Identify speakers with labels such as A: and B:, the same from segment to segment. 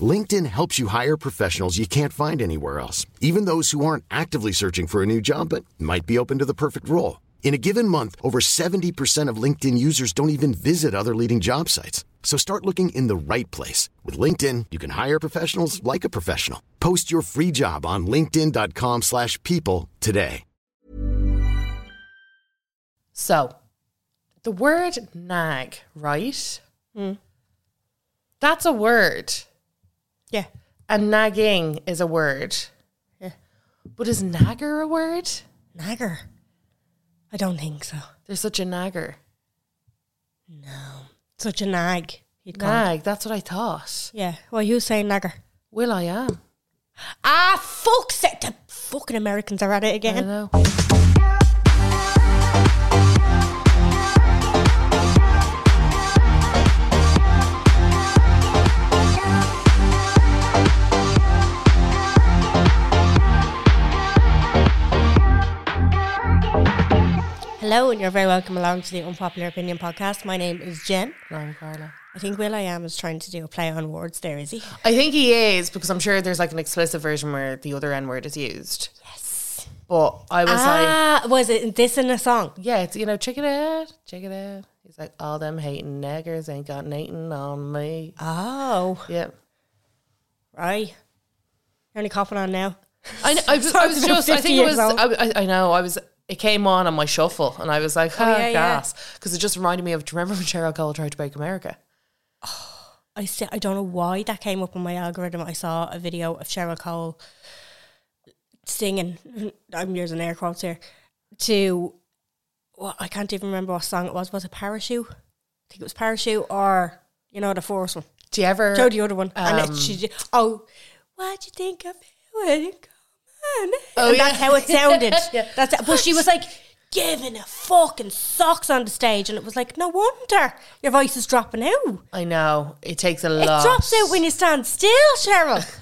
A: LinkedIn helps you hire professionals you can't find anywhere else, even those who aren't actively searching for a new job but might be open to the perfect role. In a given month, over 70% of LinkedIn users don't even visit other leading job sites. So start looking in the right place. With LinkedIn, you can hire professionals like a professional. Post your free job on linkedin.com/people slash people today.
B: So, the word nag, right?
C: Hmm.
B: That's a word.
C: Yeah.
B: And nagging is a word.
C: Yeah.
B: But is nagger a word?
C: Nagger. I don't think so.
B: There's such a nagger.
C: Such a nag. You'd call it.
B: Nag, that's what I thought.
C: Yeah. Well, you say nagger.
B: Will I am.
C: Ah, fuck! It. The fucking Americans are at it
B: I
C: again.
B: know.
C: Hello, and you're very welcome along to the Unpopular Opinion podcast. My name is Jen.
B: Lauren Carla.
C: I think Will I Am is trying to do a play on words there, is he?
B: I think he is because I'm sure there's like an explicit version where the other N word is used. Yes. But I was like,
C: ah, was it this in a song?
B: yeah, it's, you know, check it out, check it out. He's like, all them hating naggers ain't got nothing on me.
C: Oh,
B: Yeah.
C: right. You're only coughing on now.
B: I, know, I, was- I was
C: Sounds
B: just, I
C: 50
B: think it
C: years
B: was,
C: old.
B: I, I, I know, I was, it came on on my shuffle and I was like, oh,
C: yeah, yeah.
B: gas. Because it just reminded me of, do you remember when Cheryl Cole tried to break America?
C: I still, I don't know why that came up on my algorithm. I saw a video of Cheryl Cole singing. I'm using air quotes here. To well, I can't even remember what song it was. Was it Parachute? I think it was Parachute, or you know the first one.
B: Do you ever?
C: Show the other one, and
B: um,
C: it, she did, oh, what do you think of it? Come on,
B: Oh,
C: and
B: yeah.
C: that's how it sounded.
B: Yeah.
C: That's it. but she was like giving a fucking socks on the stage, and it was like no wonder your voice is dropping out.
B: I know, it takes a
C: It
B: lot.
C: drops out when you stand still, Cheryl.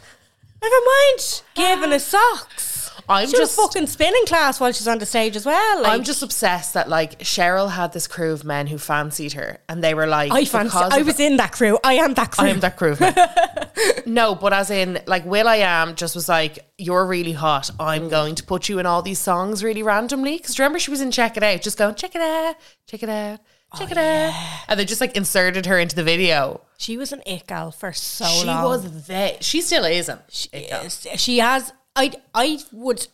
C: Never mind giving her socks.
B: I'm
C: She was
B: just,
C: fucking spinning class while she's on the stage as well. Like,
B: I'm just obsessed that like Cheryl had this crew of men who fancied her, and they were like,
C: I fancy.
B: because
C: I
B: of-
C: was in that crew. I am that crew.
B: I am that crew of men. no, but as in like Will I am just was like, you're really hot. I'm going to put you in all these songs really randomly because remember she was in Check It Out, just going check it out, check it out, check it
C: Oh,
B: out, and they just like inserted her into the video.
C: she was an it gal for so
B: she
C: long.
B: was there. She still isn't. She
C: Yes, she has. I I would.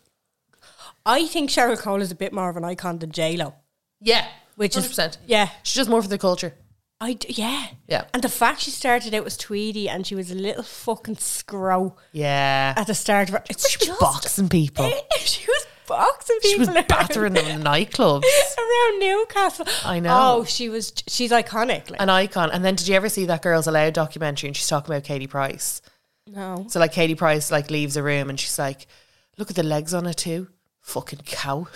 C: I think Cheryl Cole is a bit more of an icon than J Lo,
B: Yeah,
C: which is
B: 100%.
C: yeah.
B: She's just more for the culture.
C: I d- yeah
B: Yeah.
C: And the fact she started out was Tweety, and she was a little fucking scrow
B: Yeah.
C: at the start of her. It's
B: She was
C: just
B: boxing people.
C: she was boxing
B: Oh. She
C: people.
B: was
C: around-
B: battering them in nightclubs.
C: around Newcastle.
B: I know.
C: Oh, she was. She's iconic. Like,
B: An icon. And then did you ever see that Girls Allowed documentary and she's talking about Katie Price?
C: no.
B: So like Katie Price like leaves a room and she's like, Look at the legs on her too. Fucking cow.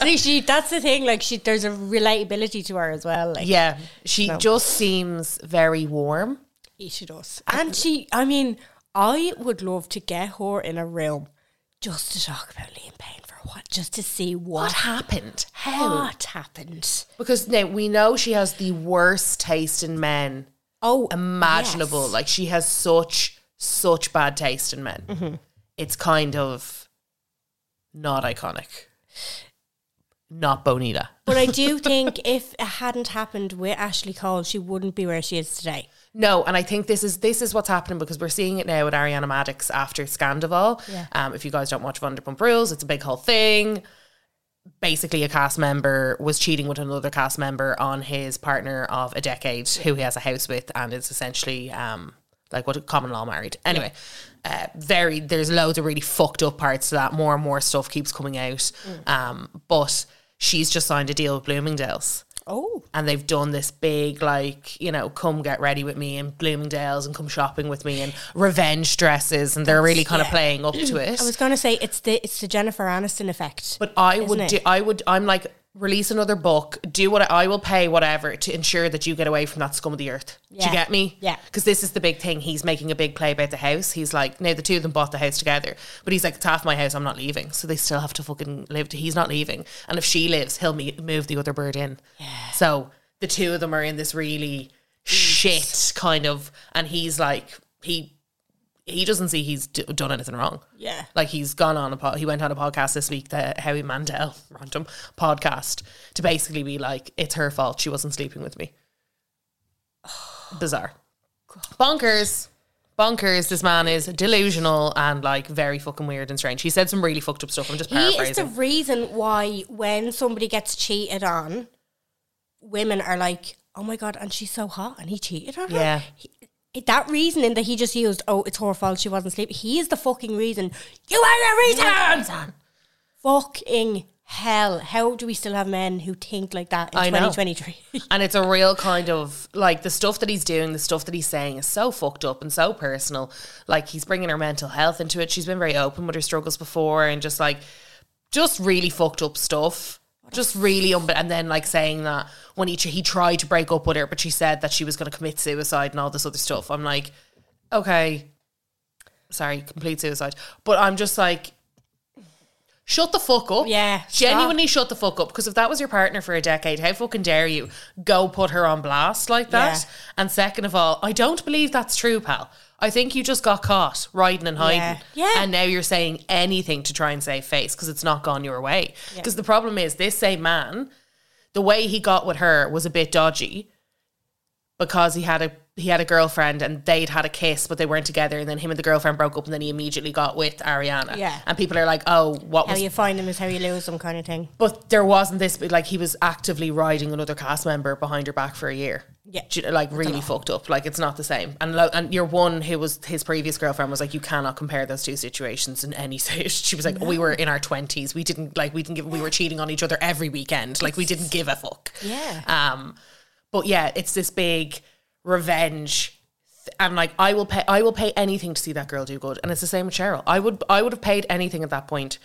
C: See, she. That's the thing. Like, she. There's a relatability to her as well. Like,
B: yeah. She just seems very warm.
C: She does. And she, I mean, I would love to get her in a room just to talk about Liam Payne for what, just to see
B: What
C: what,
B: happened?
C: what happened.
B: Because now we know she has the worst taste in men
C: Oh,
B: Um. imaginable.
C: yes.
B: Like she has such, such bad taste in men. It's kind of not iconic. Not Bonita.
C: But I do think if it hadn't happened with Ashley Cole, she wouldn't be where she is today.
B: No, and I think this is this is what's happening because we're seeing it now with Ariana Maddox after Scandival.
C: Yeah.
B: Um, if you guys don't watch Vanderpump Rules, it's a big whole thing. Basically, a cast member was cheating with another cast member on his partner of a decade, who he has a house with, and is essentially um, like what common law married. Anyway, uh, very there's loads of really fucked up parts to that. More and more stuff keeps coming out, um, but she's just signed a deal with Bloomingdale's.
C: Oh,
B: and they've done this big like you know come get ready with me and bloomingdale's and come shopping with me and revenge dresses and they're really kind of playing up to it
C: I was gonna say it's the it's the Jennifer Aniston effect.
B: but i would
C: it?
B: do i would i'm like release another book do what I, I will pay whatever to ensure that you get away from that scum of the earth do
C: Yeah.
B: you get me
C: Yeah.
B: because this is the big thing he's making a big play about the house he's like no the two of them bought the house together but he's like it's half my house i'm not leaving so they still have to fucking live he's not leaving and if she lives he'll me- move the other bird in yeah. so the two of them are in this really shit kind of and he's like he he doesn't see he's d- done anything wrong
C: yeah,
B: like he's gone on a pod, he went on a podcast this week, the Howie Mandel random podcast, to basically be like, it's her fault. She wasn't sleeping with me. Bizarre. Bonkers. Bonkers. This man is delusional and like very fucking weird and strange. He said some really fucked up stuff. I'm just
C: he is the
B: paraphrasing.
C: reason why when somebody gets cheated on, women are like, "Oh my god!" And she's so hot, and he cheated on her.
B: yeah.
C: That reasoning that he just used, oh, it's her fault she wasn't sleeping. He is the fucking reason. You are the reason. Fucking hell! How do we still have men who think like that in
B: I know.
C: twenty twenty three?
B: And it's a real kind of like the stuff that he's doing, the stuff that he's saying is so fucked up and so personal. Like he's bringing her mental health into it. She's been very open with her struggles before and just like, just really fucked up stuff. Just really, unbe- and then like saying that when he tr- he tried to break up with her, but she said that she was going to commit suicide and all this other stuff. I'm like, okay, sorry, complete suicide. But I'm just like, shut the fuck up.
C: Yeah, stop.
B: genuinely shut the fuck up. Because if that was your partner for a decade, how fucking dare you go put her on blast like that?
C: Yeah.
B: And second of all, I don't believe that's true, pal. I think you just got caught riding and hiding.
C: Yeah. Yeah.
B: And now you're saying anything to try and save face because it's not gone your way. Because the problem is, this same man, the way he got with her was a bit dodgy because he had a he had a girlfriend and they'd had a kiss but they weren't together and then him and the girlfriend broke up and then he immediately got with Ariana.
C: Yeah.
B: And people are like, "Oh, what
C: how
B: was
C: you find them is how you lose them, kind of thing.
B: but there wasn't this but, like he was actively riding another cast member behind her back for a year.
C: Yeah.
B: Do you know, like really fucked up. Like it's not the same. And lo- and your one who was his previous girlfriend was like, you cannot compare those two situations in any stage. She was like, we were in our twenties. We didn't like we didn't give we were cheating on each other every weekend. Like we didn't give a fuck.
C: Yeah.
B: Um, but yeah, it's this big revenge. th- And like I will pay, I will pay anything to see that girl do good. And it's the same with Cheryl. I would, I would have paid anything at that point.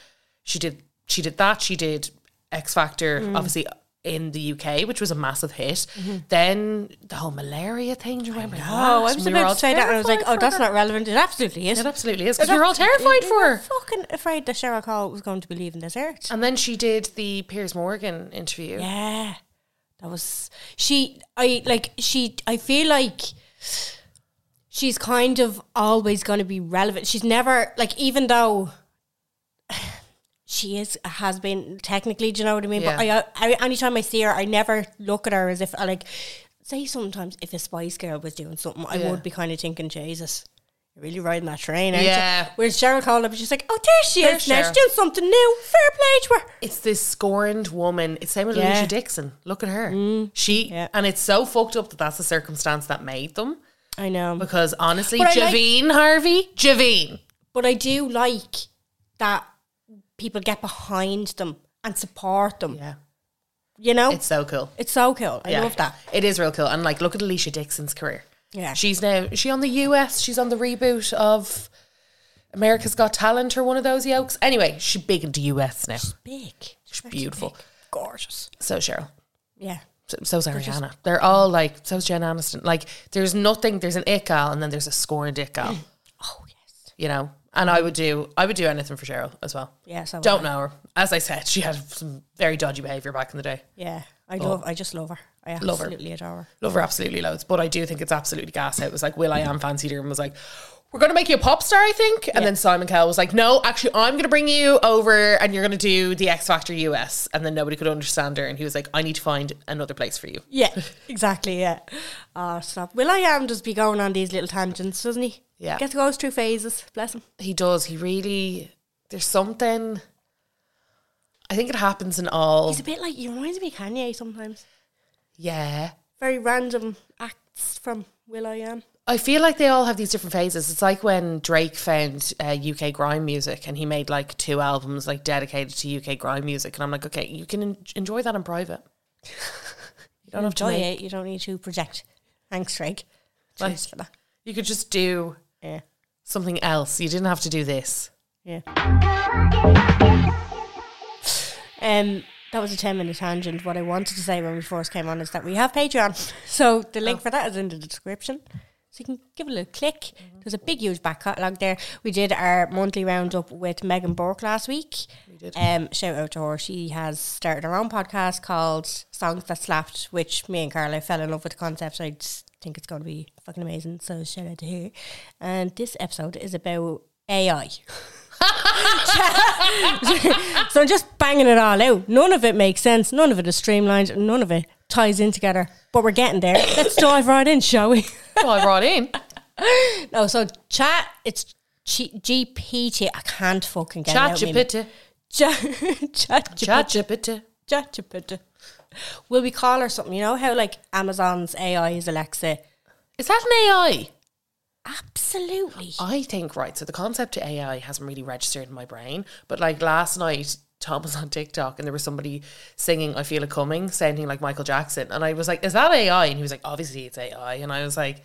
B: She did, she did that. She did X Factor,
C: Mm.
B: obviously in the UK, which was a massive hit. Then the whole malaria thing. Do you remember?
C: Oh, Mm-hmm. I was about to say that, and I was like, "Oh, that's
B: not.
C: not relevant." It absolutely is.
B: It absolutely is because we were all terrified for her.
C: Fucking afraid that Cheryl Cole was going to be leaving this earth.
B: And then she did the Piers Morgan interview.
C: Yeah, that was she. I like she. I feel like she's kind of always going to be relevant. She's never like, even though she is has been technically. Do you know what I mean?
B: Yeah.
C: But I, I, anytime I see her, I never look at her as if I like. Say sometimes if a Spice Girl was doing something, I
B: Yeah.
C: would be kind of thinking, Jesus. you're Really riding that train, aren't
B: Yeah.
C: you? Whereas Cheryl Cole, I was just like, oh, there she
B: There's
C: is now.
B: Cheryl.
C: She's doing something new. Fair play to her.
B: it's this scorned woman. It's same with
C: Yeah. Mm.
B: Alicia Dixon. Look at her. she
C: yeah.
B: and it's so fucked up that that's the circumstance that made them.
C: I know.
B: Because honestly,
C: But I like-
B: Javine Harvey, Javine.
C: But I do like that people get behind them and support them.
B: Yeah,
C: You know,
B: it's
C: it's,
B: so cool.
C: so cool. I
B: Yeah.
C: love that.
B: It is real cool. And like, look at Alicia Dixon's career.
C: Yeah,
B: She's now is she on the US. She's on the reboot of America's Got Talent or one of those yokes. Anyway, she's big into US now.
C: big.
B: She's beautiful.
C: gorgeous.
B: So Cheryl.
C: Yeah,
B: So, so's Ariana. They're all like, so's Jen Aniston. Like, there's nothing, there's an it gal and then there's a scorned it gal.
C: Oh, yes.
B: You know? And I would do, I would do anything for Cheryl as well.
C: yes. I would.
B: Don't know her. As I said, she had some very dodgy behaviour back in the day.
C: Yeah, I love. I just love her. I
B: Oh. Love her.
C: absolutely adore her.
B: Love her absolutely loads, but I do think it's absolutely gas. It was like Will I Am fancied her and was like, "We're gonna make you a pop star, I think." And then Simon Cowell was like, "No, actually, I'm gonna bring you over and you're gonna do the X Factor US." And then nobody could understand her, and he was like, "I need to find another place for you."
C: Yeah, exactly. Yeah. Oh, stop. Will I am just be going on these little tangents, doesn't he?
B: Yeah.
C: Gets goes through phases. Bless him.
B: He does. He really. There's something. I think it happens in all.
C: He's a bit like he reminds me of Kanye sometimes.
B: yeah.
C: Very random acts from Will I am.
B: I feel like they all have these different phases. It's like when Drake found uh, UK grime music and he made like two albums like dedicated to UK grime music, and I'm like, okay, you can en- enjoy that in private.
C: You don't have to
B: Enjoy
C: make, You don't need to project. Thanks, Drake.
B: Like-
C: Cheers for that.
B: You could just do
C: Yeah.
B: something else. You didn't have to do this.
C: Yeah. Um, that was a 10 minute tangent. What I wanted to say when we first came on is that we have Patreon. So the link for that is in the description. So you can give it a little click. There's a big, huge back catalogue there. We did our monthly roundup with Megan Burke last week. We did. Um, shout out to her. She has started her own podcast called Songs That Slapped, which me and Carla fell in love with the concept. So I just think it's going to be fucking amazing. So shout out to her. And this episode is about AI. So I'm just banging it all out. None of it makes sense. None of it is streamlined. None of it ties in together. But we're getting there. Let's dive right in, shall we?
B: Well, I brought in.
C: No, so chat. It's G- GPT. I can't fucking get
B: Chat
C: it out.
B: GPT.
C: Chat Chat
B: Chat
C: GPT.
B: GPT.
C: Chat GPT. Will we call her something? You know how like Amazon's AI is Alexa.
B: Is that an AI?
C: Absolutely.
B: I think right. So the concept of AI hasn't really registered in my brain, but like last night, Tom was on TikTok and there was somebody singing "I Feel It Coming," sounding like Michael Jackson, and I was like, "Is that AI?" And he was like, "Obviously, it's AI." And I was like,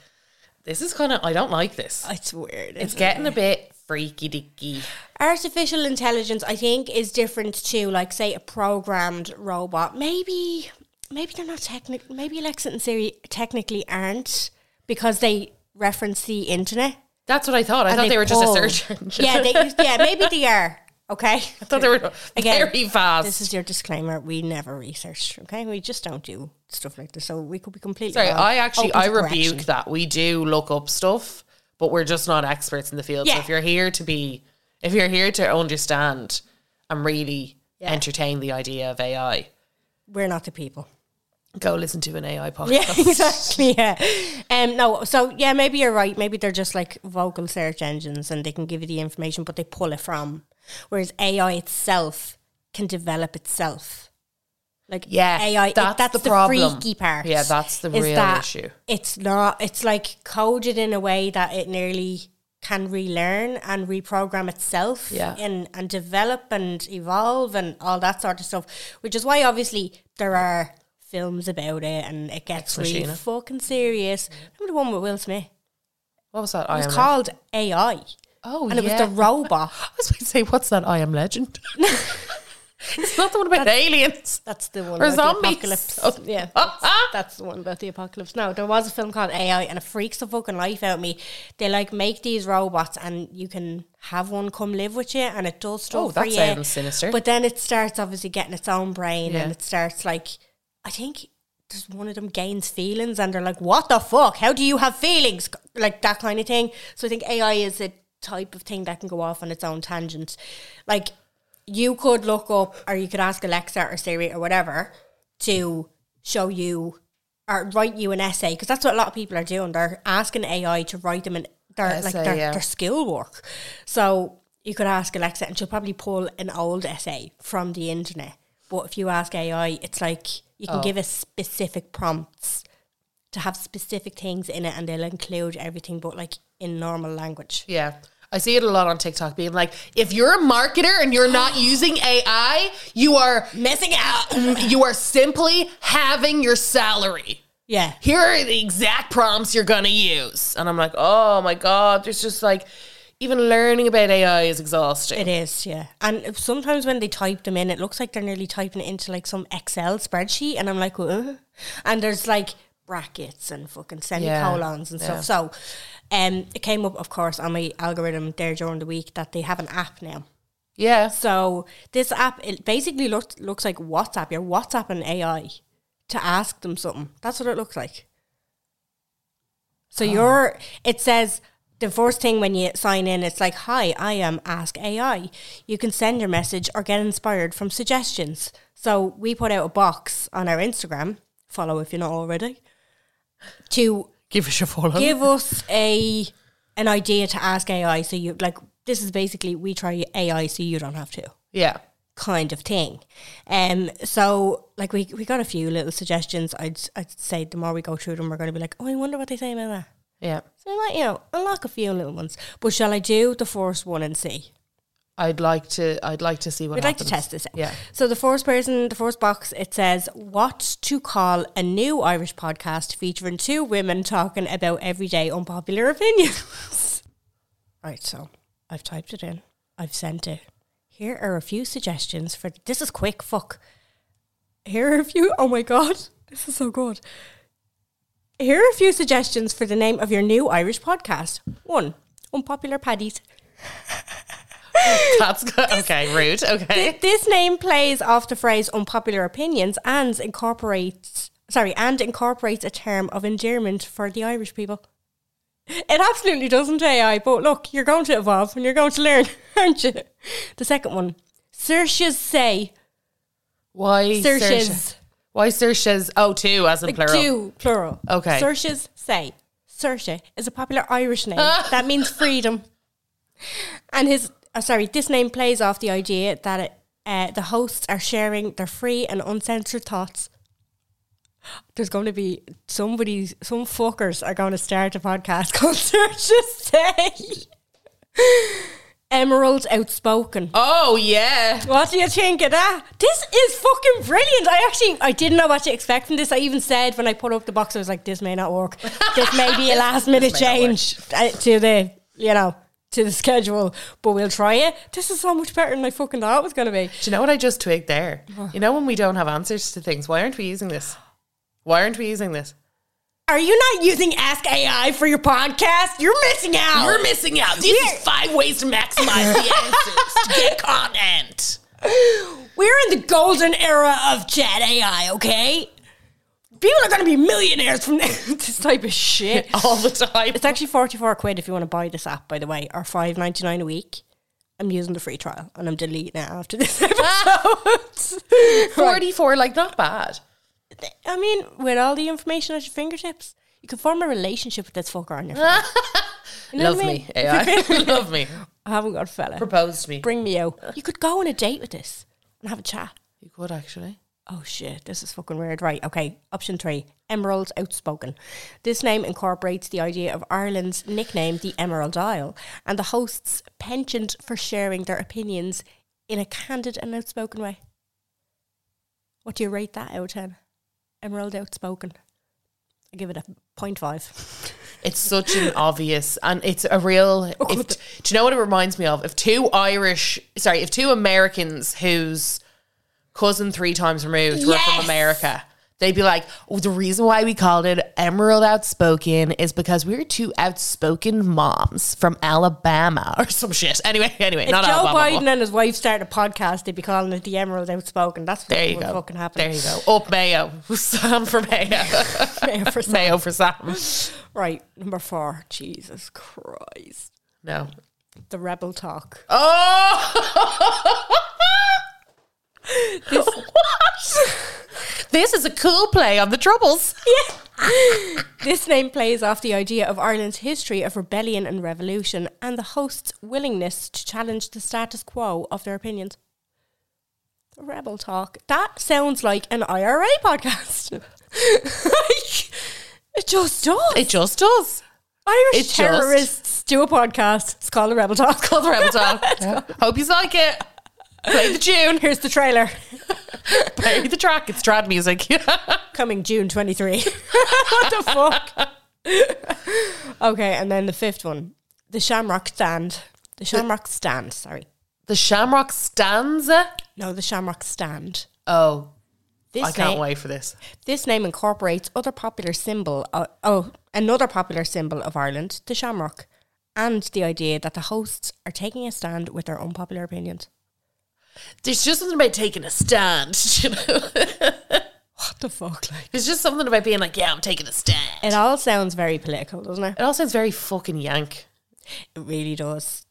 B: "This is kind of I don't like this.
C: It's weird.
B: It's getting a bit freaky dicky."
C: artificial intelligence i think is different to like say a programmed robot maybe maybe they're not technical maybe alexa and siri technically aren't because they reference the internet
B: That's what I thought. I
C: and
B: thought they were just a
C: pull.
B: search engine.
C: yeah they, yeah maybe they are okay
B: I thought they were
C: Again,
B: very fast.
C: this is your disclaimer we never research okay we just don't do stuff like this so we could be completely
B: Sorry,
C: wrong.
B: I actually
C: Open
B: I
C: to
B: rebuke
C: Oh, correction.
B: that. We do look up stuff, but we're just not experts in the field. So
C: Yeah.
B: if you're here to be, if you're here to understand and really
C: Yeah.
B: entertain the idea of AI,
C: we're not the people
B: go listen to an AI podcast.
C: Yeah, exactly. Yeah. Um, no, so yeah, maybe you're right. Maybe they're just like vocal search engines and they can give you the information, but they pull it from. Whereas AI itself can develop itself. Like
B: Yeah,
C: AI,
B: that's
C: that's
B: the
C: the,
B: problem.
C: freaky part.
B: Yeah, that's the
C: is
B: real
C: that
B: issue.
C: It's not. It's like coded in a way that it nearly can relearn and reprogram itself
B: Yeah.
C: and and develop and evolve and all that sort of stuff. Which is why obviously there are films about it and it gets really
B: Machina.
C: fucking serious. Remember the one with Will Smith?
B: What was that?
C: It
B: I
C: was
B: am Legend?
C: called AI.
B: Oh,
C: and it
B: yeah.
C: was the robot.
B: I was going to say, what's that? I am Legend. it's not the one about aliens.
C: That's the one
B: Or
C: about the
B: zombies.
C: apocalypse.
B: Oh.
C: Yeah, that's, that's the one about the apocalypse. No, there was a film called AI, and it freaks the fucking life out of me. They like make these robots, and you can have one come live with you, and it does stuff
B: Oh, that
C: for you.
B: sounds sinister.
C: But then it starts obviously getting its own brain,
B: Yeah.
C: and it starts like I think there's one of them gains feelings, and they're like, "What the fuck? How do you have feelings?" Like that kind of thing. So I think AI is a type of thing that can go off on its own tangent, like you could look up or you could ask Alexa or Siri or whatever to show you or write you an essay because that's what a lot of people are doing. They're asking AI to write them an their like
B: Essay,
C: their,
B: yeah.
C: their schoolwork. So you could ask Alexa and she'll probably pull an old essay from the internet. But if you ask AI, it's like you
B: Oh.
C: can give it specific prompts to have specific things in it and they'll include everything but like in normal language.
B: Yeah. I see it a lot on TikTok being like, if you're a marketer and you're not using AI, you are
C: Missing out.
B: you are simply having your salary.
C: Yeah.
B: Here are the exact prompts you're gonna use. And I'm like, oh my God, there's just like even learning about AI is exhausting.
C: It is, yeah. And if- sometimes when they type them in, it looks like they're nearly typing it into like some Excel spreadsheet, and I'm like, "Huh?" and there's like brackets and fucking semicolons and stuff. So, um, it came up, of course, on my algorithm there during the week that they have an app now.
B: yeah.
C: So this app, it basically looks looks like WhatsApp. You're WhatsApping AI to ask them something. That's what it looks like. So you're. It says the first thing when you sign in, it's like, "Hi, I am Ask AI." You can send your message or get inspired from suggestions. So we put out a box on our Instagram. Follow if you're not already. To
B: Give us a follow.
C: give us a an idea to ask AI. So you like this is basically we try AI so you don't have to
B: yeah.
C: kind of thing. Um, so like we we got a few little suggestions. I'd I'd say the more we go through them, we're going to be like, oh, I wonder what they say about that.
B: Yeah.
C: So I might you know unlock a few little ones. But shall I do the first one and see?
B: I'd like to. I'd like to see what.
C: We'd like to
B: happens.
C: test this out.
B: Yeah.
C: So the first person, the first box, it says what to call a new Irish podcast featuring two women talking about everyday unpopular opinions. right. So I've typed it in. I've sent it. Here are a few suggestions for. This is quick. Fuck. Here are a few. Oh my god, this is so good. Here are a few suggestions for the name of your new Irish podcast. One, unpopular paddies.
B: That's good. Okay, rude. Okay.
C: Th- this name plays off the phrase unpopular opinions and incorporates sorry and incorporates a term of endearment for the Irish people. It absolutely doesn't AI, but look, you're going to evolve and you're going to learn, aren't you? The second one, Searches say
B: Why
C: Searches.
B: Why searches? Oh, two as in
C: Like
B: plural.
C: do plural.
B: Okay.
C: Searches say Sersha is a popular Irish name
B: Ah.
C: that means freedom. And his oh, sorry, this name plays off the idea that it, uh, the hosts are sharing their free and uncensored thoughts. There's going to be somebody, some fuckers are going to start a podcast called Searches Say. Emerald Outspoken.
B: Oh yeah.
C: What do you think of that? This is fucking brilliant. I actually I didn't know what to expect from this. I even said when I put up the box, I was like, "This may not work. This may be a last minute
B: may not
C: change uh, to the you know to the schedule, but we'll try it." This is so much better than I fucking thought it was going to be.
B: Do you know what I just twigged there? You know when we don't have answers to things, why aren't we using this? Why aren't we using this?
C: Are you not using Ask AI for your podcast? You're missing out.
B: You're missing out. These is five ways to maximize the answers to get content.
C: We're in the golden era of chat AI. Okay, people are going to be millionaires from this type of shit.
B: All the time.
C: It's actually 44 quid if you want to buy this app, by the way, or 5.99 a week. I'm using the free trial and I'm deleting it after this episode.
B: Forty four, like not bad.
C: I mean, with all the information at your fingertips, you can form a relationship with this fucker on your phone. You know
B: Love
C: what I
B: me,
C: mean?
B: AI. Love me.
C: I haven't got a fella.
B: Propose to me.
C: Bring me out. You could go on a date with this and have a chat.
B: You could actually.
C: Oh shit, this is fucking weird. Right, okay. Option three Emerald Outspoken. This name incorporates the idea of Ireland's nickname, the Emerald Isle, and the host's penchant for sharing their opinions in a candid and outspoken way. What do you rate that out of 10? Emerald Outspoken. I give it a 0.5.
B: It's such an obvious, and it's a real.
C: Oh,
B: If, do you know what it reminds me of? If two Irish, sorry, if two Americans whose cousin three times removed were from
C: Yes!
B: America, they'd be like, oh, the reason why we called it Emerald Outspoken is because we're two outspoken moms from Alabama or some shit. Anyway, anyway,
C: If
B: not
C: Joe
B: Alabama.
C: Biden and his wife start a podcast, they'd be calling it the Emerald Outspoken. That's what
B: there you
C: would
B: go.
C: fucking happen.
B: There you go. Up Mayo. Sam for Mayo.
C: Mayo for Sam.
B: Mayo for Sam.
C: Right, number four. Jesus Christ.
B: No.
C: The Rebel Talk.
B: Oh! what? This is a cool play on the troubles.
C: This name plays off the idea of Ireland's history of rebellion and revolution and the host's willingness to challenge the status quo of their opinions. The Rebel Talk. That sounds like an IRA podcast. like, it just does.
B: It just does.
C: Irish
B: it just-
C: terrorists do a podcast. It's called The Rebel Talk.
B: Call the rebel dog. Hope you like it. Play the tune.
C: Here's the trailer.
B: Play the track. It's trad music.
C: Coming June 23. what the fuck? okay, and then the fifth one. The Shamrock Stand. The Shamrock Stand, sorry.
B: the Shamrock stanza.
C: No, the Shamrock Stand.
B: Oh,
C: This
B: I can't
C: name,
B: wait for this.
C: This name incorporates other popular symbol. o- oh, another popular symbol of Ireland, the shamrock, and the idea that the hosts are taking a stand with their unpopular opinions.
B: There's just something about taking a stand. You know?
C: What the fuck? Like
B: There's just something about being like, yeah, I'm taking a stand.
C: it all sounds very political, doesn't it?
B: It all sounds very fucking yank.
C: It really does.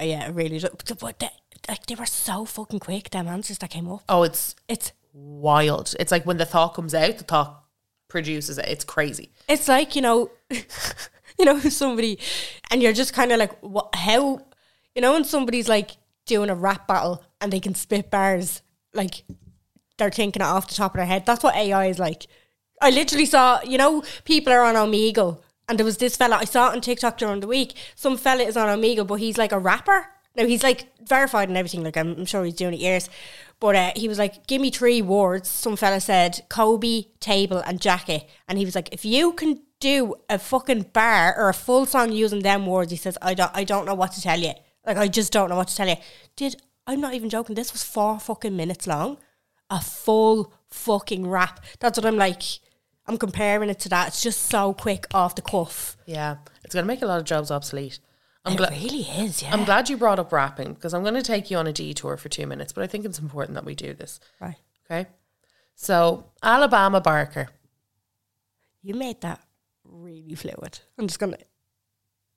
C: Uh, yeah, it really does. But, but they, like they were so fucking quick. Them answers that came up.
B: Oh, it's
C: It's
B: wild. It's like when the thought comes out, the thought produces it. It's crazy.
C: it's like you know, you know somebody, and you're just kind of like, what? How? You know, when somebody's like doing a rap battle and they can spit bars, like they're thinking it off the top of their head. That's what AI is like. I literally saw, you know, people are on Omegle, and there was this fella I saw it on TikTok during the week. Some fella is on Omegle, but he's like a rapper. Now he's like verified and everything. Like I'm, I'm sure he's doing it years, but uh, he was like, "Give me three words." Some fella said Kobe, table, and jacket, and he was like, "If you can do a fucking bar or a full song using them words," he says, "I don't, I don't know what to tell you. Like I just don't know what to tell you." Did I'm not even joking. This was four fucking minutes long, a full fucking rap. That's what I'm like. I'm comparing it to that. It's just so quick off the cuff.
B: Yeah, it's going to make a lot of jobs obsolete. I'm
C: it
B: glad.
C: really is, yeah.
B: I'm glad you brought up rapping because I'm going to take you on a detour for two minutes, but I think it's important that we do this.
C: right.
B: Okay. So, Alabama Barker.
C: You made that really fluid. I'm just gonna.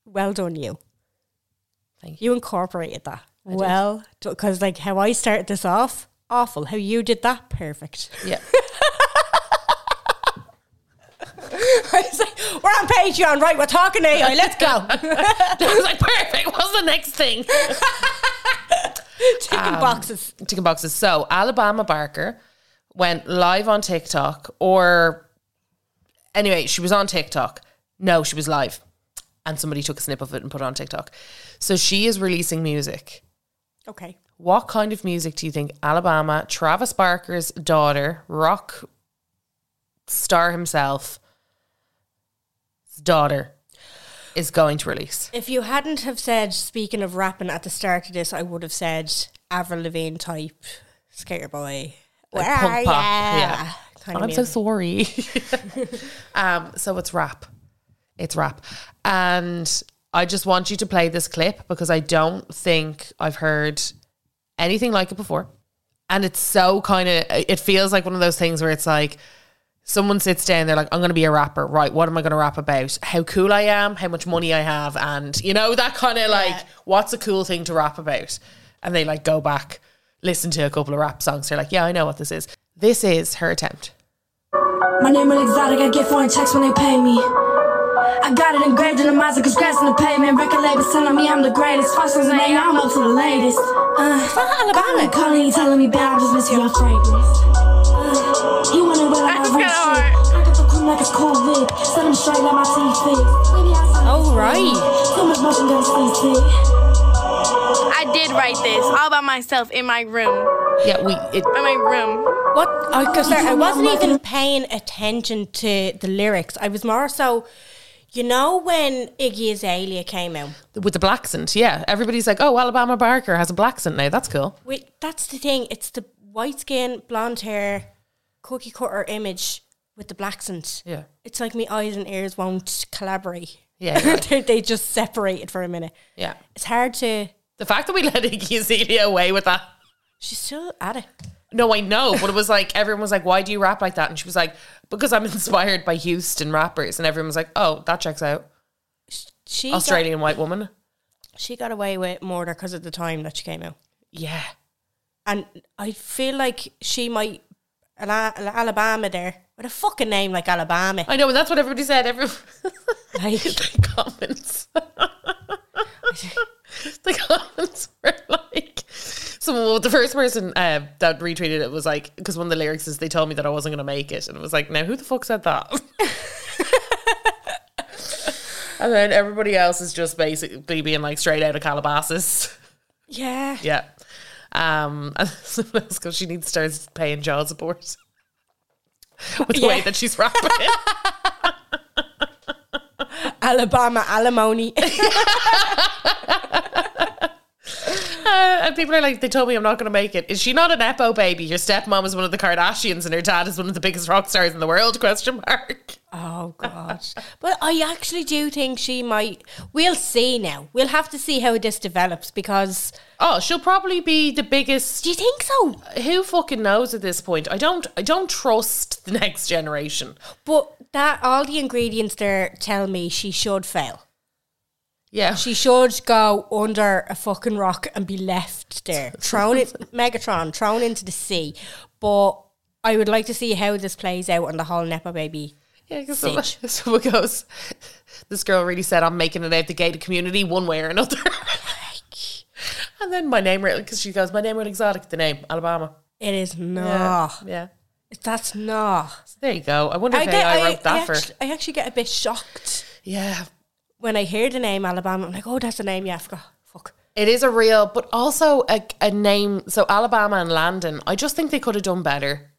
C: Well done, you.
B: Thank
C: You incorporated that well because like how I started this off, awful. How you did that, perfect.
B: Yeah.
C: I was like, we're on Patreon, right? We're talking AI. Let's go.
B: I was like, perfect. What's the next thing? Um,
C: Ticking boxes.
B: Chicken boxes. So, Alabama Barker went live on TikTok, or anyway, she was on TikTok. No, she was live. And somebody took a snip of it and put it on TikTok. So, she is releasing music.
C: Okay.
B: What kind of music do you think Alabama, Travis Barker's daughter, rock star himself, daughter, is going to release?
C: If you hadn't have said speaking of rapping at the start of this, I would have said Avril Lavigne type skater boy.
B: Like
C: Where are
B: punk pop.
C: ya?
B: Yeah.
C: Kind
B: I'm
C: of
B: so
C: music.
B: sorry. um, so it's rap. It's rap. And I just want you to play this clip because I don't think I've heard anything like it before. And it's so kind of, it feels like one of those things where it's like, someone sits down, they're like, I'm going to be a rapper. Right. What am I going to rap about? How cool I am, how much money I have. And, you know, that kind of like, what's a cool thing to rap about? And they like go back, listen to a couple of rap songs. They're like, yeah, I know what this is. This is her attempt.
D: My name is exotic, I get foreign checks when they pay me. I got it engraved in the mozzic, scratched in the pavement. Record labels telling me I'm the greatest. Foxes and AI, I'm up to the latest. Uh, Alabama. I'm calling, he telling me bad, I'm just missing your fragrance. Uh, he wondering whether I rich shit. I got the cream like it's COVID. Set him straight, let my teeth fit. Baby, I saw
C: All
D: this
C: right.
D: thing. So much motion, got his feet sick.
E: I did write this all by myself in my room.
B: Yeah, we it
E: In my room.
C: What? I, 'cause I I wasn't even paying attention to the lyrics. I was more so, you know, when Iggy Azalea came out.
B: with the black accent. Yeah, everybody's like, "Oh, Alabama Barker has a black accent now. That's cool."
C: Wait, that's the thing. It's the white skin, blonde hair, cookie cutter image with the black accent.
B: Yeah.
C: It's like my eyes and ears won't collaborate.
B: Yeah, yeah.
C: they, they just separated for a minute.
B: Yeah,
C: It's hard to.
B: the fact that we let Iggy Azalea away with that.
C: She's still at it.
B: No, I know, but it was like everyone was like, "Why do you rap like that?" And she was like, "Because I'm inspired by Houston rappers." And everyone was like, "Oh, that checks out."
C: She
B: Australian white woman.
C: Got, she got away with murder because of the time that she came out.
B: Yeah,
C: And I feel like she might Ala- Alabama there with a fucking name like Alabama.
B: I know, and that's what everybody said. Everyone
C: Like,
B: the comments. the comments were like someone well, the first person uh, that retweeted it was like because one of the lyrics is they told me that I wasn't going to make it and it was like now who the fuck said that and then everybody else is just basically being like straight out of Calabasas
C: yeah.
B: yeah um and someone else goes she needs to start paying child support with the way
C: Yeah.
B: that she's rapping
C: Alabama alimony.
B: Uh, and people are like, they told me I'm not going to make it. Is she not an Epo baby? Your stepmom is one of the Kardashians, and her dad is one of the biggest rock stars in the world? Question mark.
C: oh gosh. But I actually do think she might we'll see now. We'll have to see how this develops because
B: Oh, she'll probably be the biggest.
C: do you think so?
B: Who fucking knows at this point? I don't. I don't trust the next generation.
C: But that all the ingredients there tell me she should fail.
B: Yeah,
C: She should go under a fucking rock and be left there, thrown it, Megatron, thrown into the sea. But I would like to see how this plays out on the whole Nepo baby.
B: yeah. 'cause Someone, someone goes. This girl really said I'm making it out the gated community one way or another. and then my name, because she goes, my name real exotic. The name Alabama.
C: It is
B: Yeah.
C: not.
B: yeah.
C: That's not.
B: So there you go. I wonder if I, wrote that
C: I
B: for.
C: actually, I actually get a bit shocked
B: Yeah.
C: when I hear the name Alabama. I'm like, oh, that's the name. Yeah, I forgot. Fuck.
B: It is a real, but also a, a name. So Alabama and Landon, I just think they could have done better.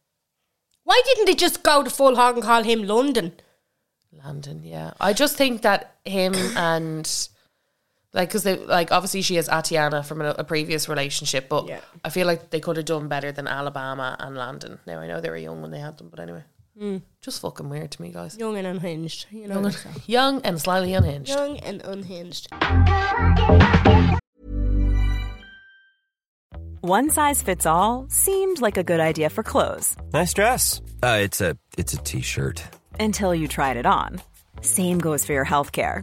C: Why didn't they just go to full hog and call him London?
B: Landon, yeah. I just think that him and like because they like obviously she has Atiana from a, a previous relationship, but
C: Yeah.
B: I feel like they could have done better than Alabama and Landon. Now I know they were young when they had them, but anyway, just fucking weird to me, guys.
C: Hmm. Young and unhinged, you know. so.
B: Young and slightly unhinged.
C: Young and unhinged.
F: One size fits all seemed like a good idea for clothes
G: Nice dress. Uh, it's a it's a t-shirt.
F: until you tried it on. Same goes for your healthcare.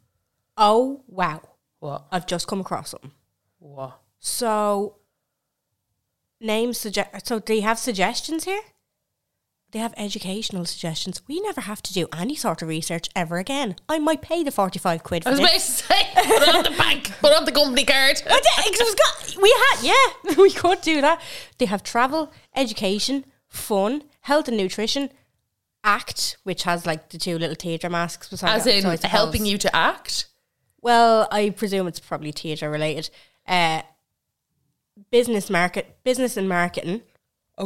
C: Oh wow,
B: What?
C: I've just come across something.
B: What?
C: So, name suggest. So they have suggestions here. They have educational suggestions. We never have to do any sort of research ever again. I might pay the forty-five quid
B: I
C: for
B: was
C: this.
B: about to say, put it on the bank, put it on the company card.
C: I did- it was got- we had, yeah, we could do that. They have travel, education, fun, health and nutrition, act, which has like the two little theatre masks. beside
B: As
C: it,
B: in
C: so I suppose-
B: helping you to act.
C: Well, I presume it's probably theatre related. Uh, business market, business and marketing,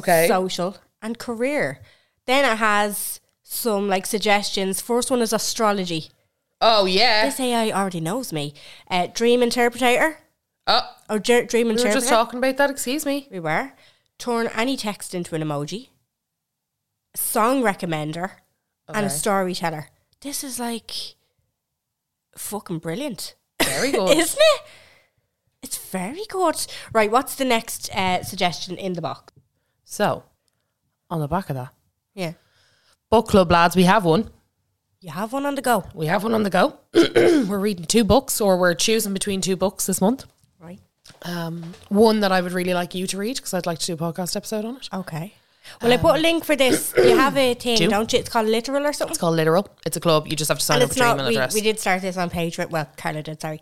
C: social and career. Then it has some like suggestions. First one is astrology.
B: oh yeah.
C: This AI already knows me. Uh, dream interpretator
B: Oh,
C: or dr- dream
B: we were
C: interpreter.
B: just talking about that. Excuse me.
C: We were. Turn any text into an emoji. Song recommender and
B: Okay.
C: a storyteller. This is like fucking brilliant.
B: Very good.
C: Isn't it? It's very good. Right, what's the next uh, suggestion in the box?
B: So, on the back of that,
C: Yeah.
B: book club lads, we have one.
C: You have one on the go.
B: We have one on the go. we're reading two books, or we're choosing between two books this month.
C: Right.
B: Um, one that I would really like you to read because I'd like to do a podcast episode on it.
C: Okay. Well, I put a link for this. You have a thing,
B: Do.
C: do? not you? It's called Literal or something.
B: It's called Literal. It's a club. You just have to sign
C: and
B: up
C: it's
B: with your
C: not.
B: email
C: We,
B: address.
C: we did start this on Patreon. Well, Carla did. Sorry,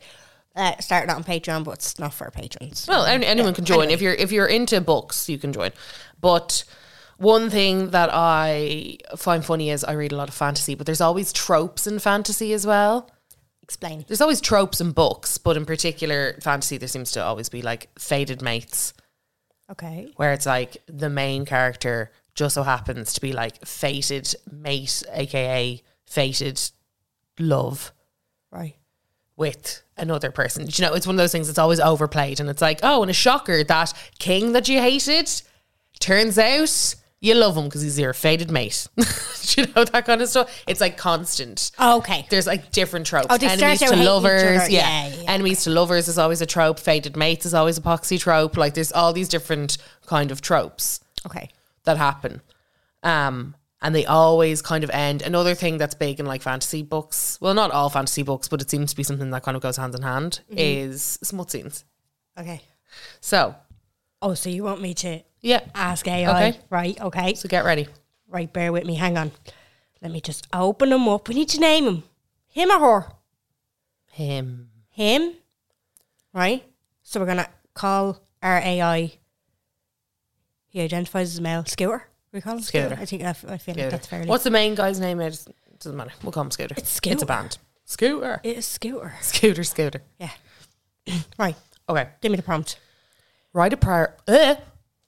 C: uh, started it on Patreon, but it's not for patrons.
B: Well, any, anyone can join if you're if you're into books, you can join. But one thing that I find funny is I read a lot of fantasy, but there's always tropes in fantasy as well.
C: Explain.
B: There's always tropes in books, but in particular fantasy, there seems to always be like fated mates,
C: Okay.
B: where it's like the main character just so happens to be like fated mate, aka fated love
C: Right.
B: with another person. Do you know, it's one of those things that's always overplayed, and it's like, oh, and a shocker that king that you hated turns out you love him because he's your fated mate. Do you know that kind of stuff? It's like constant.
C: Okay.
B: There's like different tropes.
C: Oh, they start
B: Enemies
C: out
B: to
C: hating each
B: lovers,
C: other.
B: yeah.
C: Yeah, yeah.
B: Enemies to lovers is always a trope. Fated mates is always a poxy trope. Like there's all these different kind of tropes
C: Okay.
B: that happen. Um, and they always kind of end. Another thing that's big in like fantasy books, well, not all fantasy books, but it seems to be something that kind of goes hand in hand,
C: Mm-hmm.
B: is smut scenes.
C: Okay.
B: So,
C: Oh, so you want me to
B: yeah.
C: ask AI?
B: Okay.
C: Right. Okay.
B: So get ready.
C: Right. Bear with me. Hang on. Let me just open them up. We need to name him. Him or her?
B: Him.
C: Him. Right. So we're gonna call our AI. He identifies as male. Scooter. We call him Scooter.
B: Scooter.
C: I think I, f- I feel like that's fairly.
B: What's the main guy's name? It doesn't matter. We'll call him Scooter.
C: It's
B: It's
C: Scooter.
B: a band. Scooter.
C: it is Scooter.
B: Scooter, Scooter.
C: Yeah. right.
B: Okay.
C: Give me the prompt.
B: Write a par- uh,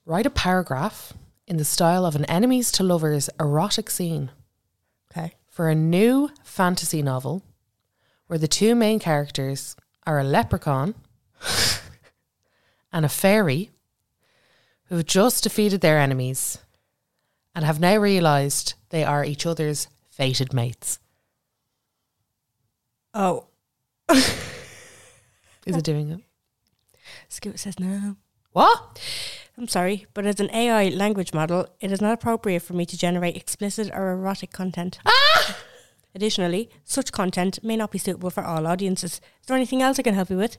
B: write a paragraph in the style of an enemies to lovers erotic scene.
C: Okay.
B: for a new fantasy novel where the two main characters are a leprechaun and a fairy who have just defeated their enemies and have now realized they are each other's fated mates.
C: Oh,
B: Is it doing it?
C: Scoot says no.
B: What?
C: I'm sorry, but as an AI language model, it is not appropriate for me to generate explicit or erotic content. Additionally, such content may not be suitable for all audiences. Is there anything else I can help you with?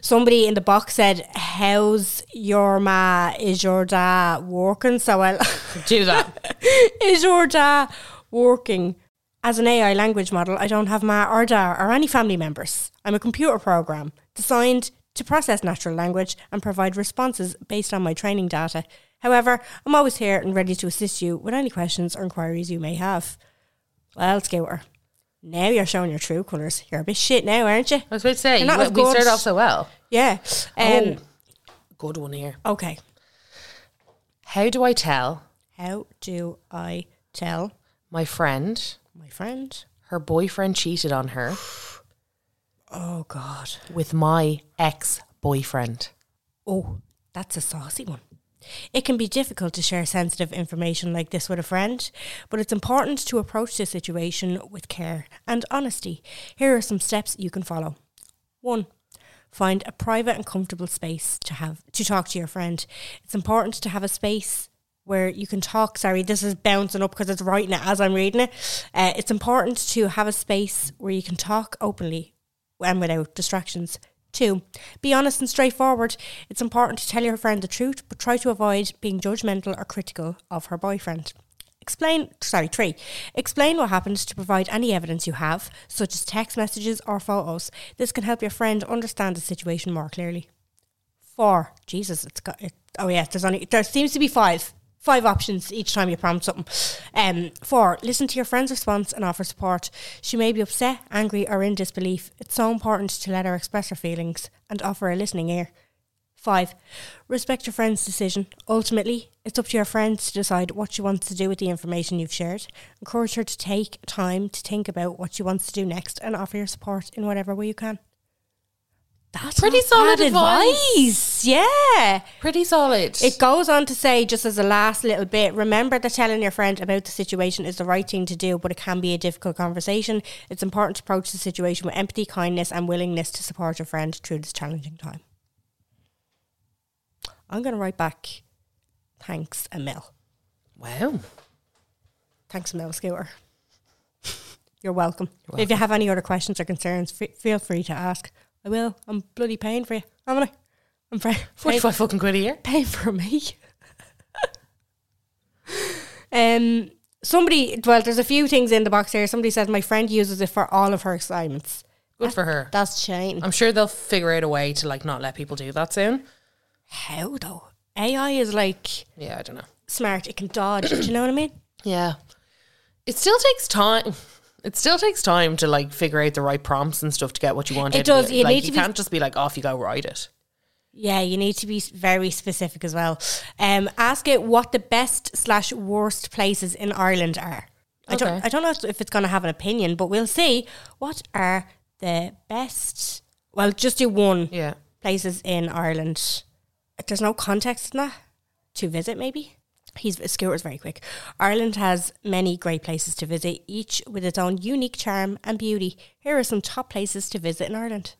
C: Somebody in the box said, "How's your ma? Is your da working?" So I'll
B: Do that.
C: is your da working? As an AI language model, I don't have ma or da or any family members. I'm a computer program designed to process natural language and provide responses based on my training data. However, I'm always here and ready to assist you with any questions or inquiries you may have. Well, Scouter, now you're showing your true colours. You're a bit shit now, aren't you?
B: I was about to say,
C: You're not
B: we,
C: as
B: we
C: good.
B: started off so well.
C: Yeah. Um,
B: Good one here.
C: Okay.
B: How do I tell
C: How do I tell
B: my friend
C: my friend?
B: her boyfriend cheated on her
C: Oh, God.
B: with my ex boyfriend?
C: Oh, that's a saucy one. It can be difficult to share sensitive information like this with a friend, but it's important to approach the situation with care and honesty. Here are some steps you can follow. 1. Find a private and comfortable space to have to talk to your friend. It's important to have a space where you can talk. Sorry, this is bouncing up because it's writing it as I'm reading it. Uh, it's important to have a space where you can talk openly and without distractions. Two, be honest and straightforward. It's important to tell your friend the truth, but try to avoid being judgmental or critical of her boyfriend. Explain, sorry, three, explain what happened to provide any evidence you have, such as text messages or photos. This can help your friend understand the situation more clearly. Four, Jesus, it's got, it, oh yeah, there's only, there seems to be five. Five options each time you prompt something. Um, four, listen to your friend's response and offer support. She may be upset, angry, or in disbelief. It's so important to let her express her feelings and offer a listening ear. Five, respect your friend's decision. Ultimately, it's up to your friend to decide what she wants to do with the information you've shared. Encourage her to take time to think about what she wants to do next and offer your support in whatever way you can. That's
B: Pretty
C: not
B: solid
C: bad
B: advice.
C: advice. Yeah.
B: Pretty solid.
C: It goes on to say, just as a last little bit, remember that telling your friend about the situation is the right thing to do, but it can be a difficult conversation. It's important to approach the situation with empathy, kindness, and willingness to support your friend through this challenging time. I'm going to write back, thanks, Emil.
B: wow.
C: Thanks, Emil Skewer. You're welcome. If you have any other questions or concerns, fe- feel free to ask. I will. I'm bloody paying for you, haven't I? I'm pray- paying
B: 45 fucking quid a year.
C: pay for me. um, somebody, well, there's a few things in the box here. Somebody says my friend uses it for all of her assignments.
B: Good for her.
C: That's shame.
B: I'm sure they'll figure out a way to like not let people do that soon.
C: How though? AI is like
B: Yeah, I don't know.
C: smart. It can dodge. do you know what I mean?
B: Yeah. It still takes time. It still takes time to like figure out the right prompts and stuff to get what you want.
C: It
B: out of
C: does.
B: It.
C: You
B: Like,
C: need
B: you
C: to be-
B: can't just be like, off you go, write it.
C: Yeah, you need to be s- very specific as well. Um, ask it what the best slash worst places in Ireland are. I don't.
B: Okay.
C: I don't know if- if it's going to have an opinion, but we'll see. What are the best? Well, just do one.
B: Yeah.
C: places in Ireland. There's no context in that to visit, maybe. He's Stuart's very quick. Ireland has many great places to visit, each with its own unique charm and beauty. Here are some top places to visit in Ireland.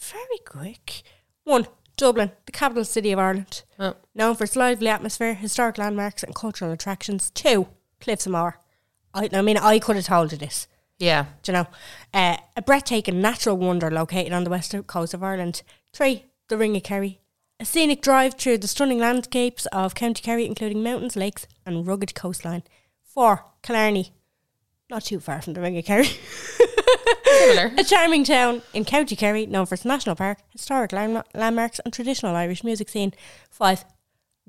C: Very quick. One, Dublin, the capital city of Ireland.
B: Oh.
C: Known for its lively atmosphere, historic landmarks, and cultural attractions. Two, Cliffs of Moher. I, I mean, I could have told you this.
B: Yeah.
C: Do you know? Uh, a breathtaking natural wonder located on the west coast of Ireland. Three, the Ring of Kerry. A scenic drive through the stunning landscapes of County Kerry, including mountains, lakes, and rugged coastline. Four, Killarney. Not too far from the Ring of Kerry.
B: Similar.
C: A charming town in County Kerry, known for its national park, historic landma- landmarks, and traditional Irish music scene. Five,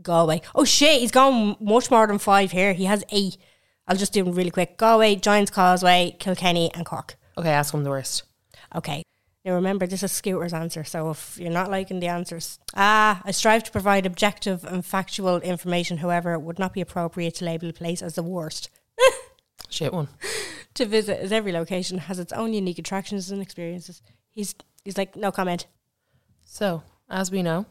C: Galway. Oh shit, he's gone much more than five here. He has eight. I'll just do them really quick. Galway, Giants Causeway, Kilkenny, and Cork.
B: Okay, ask him the worst.
C: Okay. Now remember, this is Scooter's answer, so if you're not liking the answers, ah, I strive to provide objective and factual information. However, it would not be appropriate to label a place as the worst
B: Shit one.
C: to visit, as every location has its own unique attractions and experiences. He's he's like, no comment.
B: So, as we know,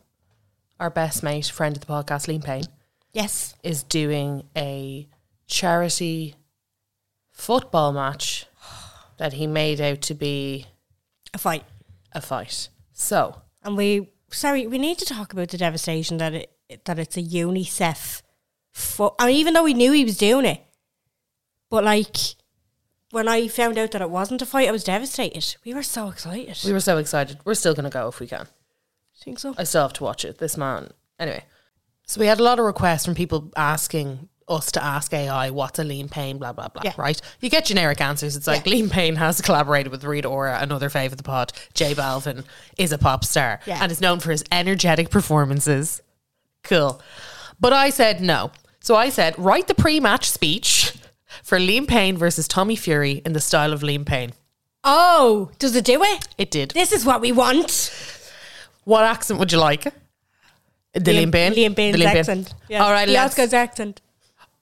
B: our best mate, friend of the podcast, Liam Payne,
C: Yes.
B: is doing a charity football match that he made out to be
C: A fight.
B: a fight. So
C: And we sorry, we need to talk about the devastation that it that it's a UNICEF fo- I mean, even though we knew he was doing it. But like when I found out that it wasn't a fight, I was devastated. We were so excited.
B: we were Uh, so excited. We're still going to go if we can.
C: think so.
B: I still have to watch it. This man. Anyway. So we had a lot of requests from people asking us to ask AI what's a lean pain, blah, blah, blah.
C: Yeah.
B: Right? You get generic answers. It's like lean pain has collaborated with Rita Ora, another fave of the pod. J Balvin is a pop star
C: Yeah.
B: and is known for his energetic performances. Cool. But I said no. So I said, write the pre match speech for Liam Payne versus Tommy Fury in the style of Liam Payne.
C: Oh, does it do it?
B: It did.
C: This is what we want.
B: What accent would you like? The Liam Payne.
C: Liam Payne's
B: The Liam Payne.
C: accent. Yeah.
B: All right,
C: the
B: lads.
C: Oscar's accent.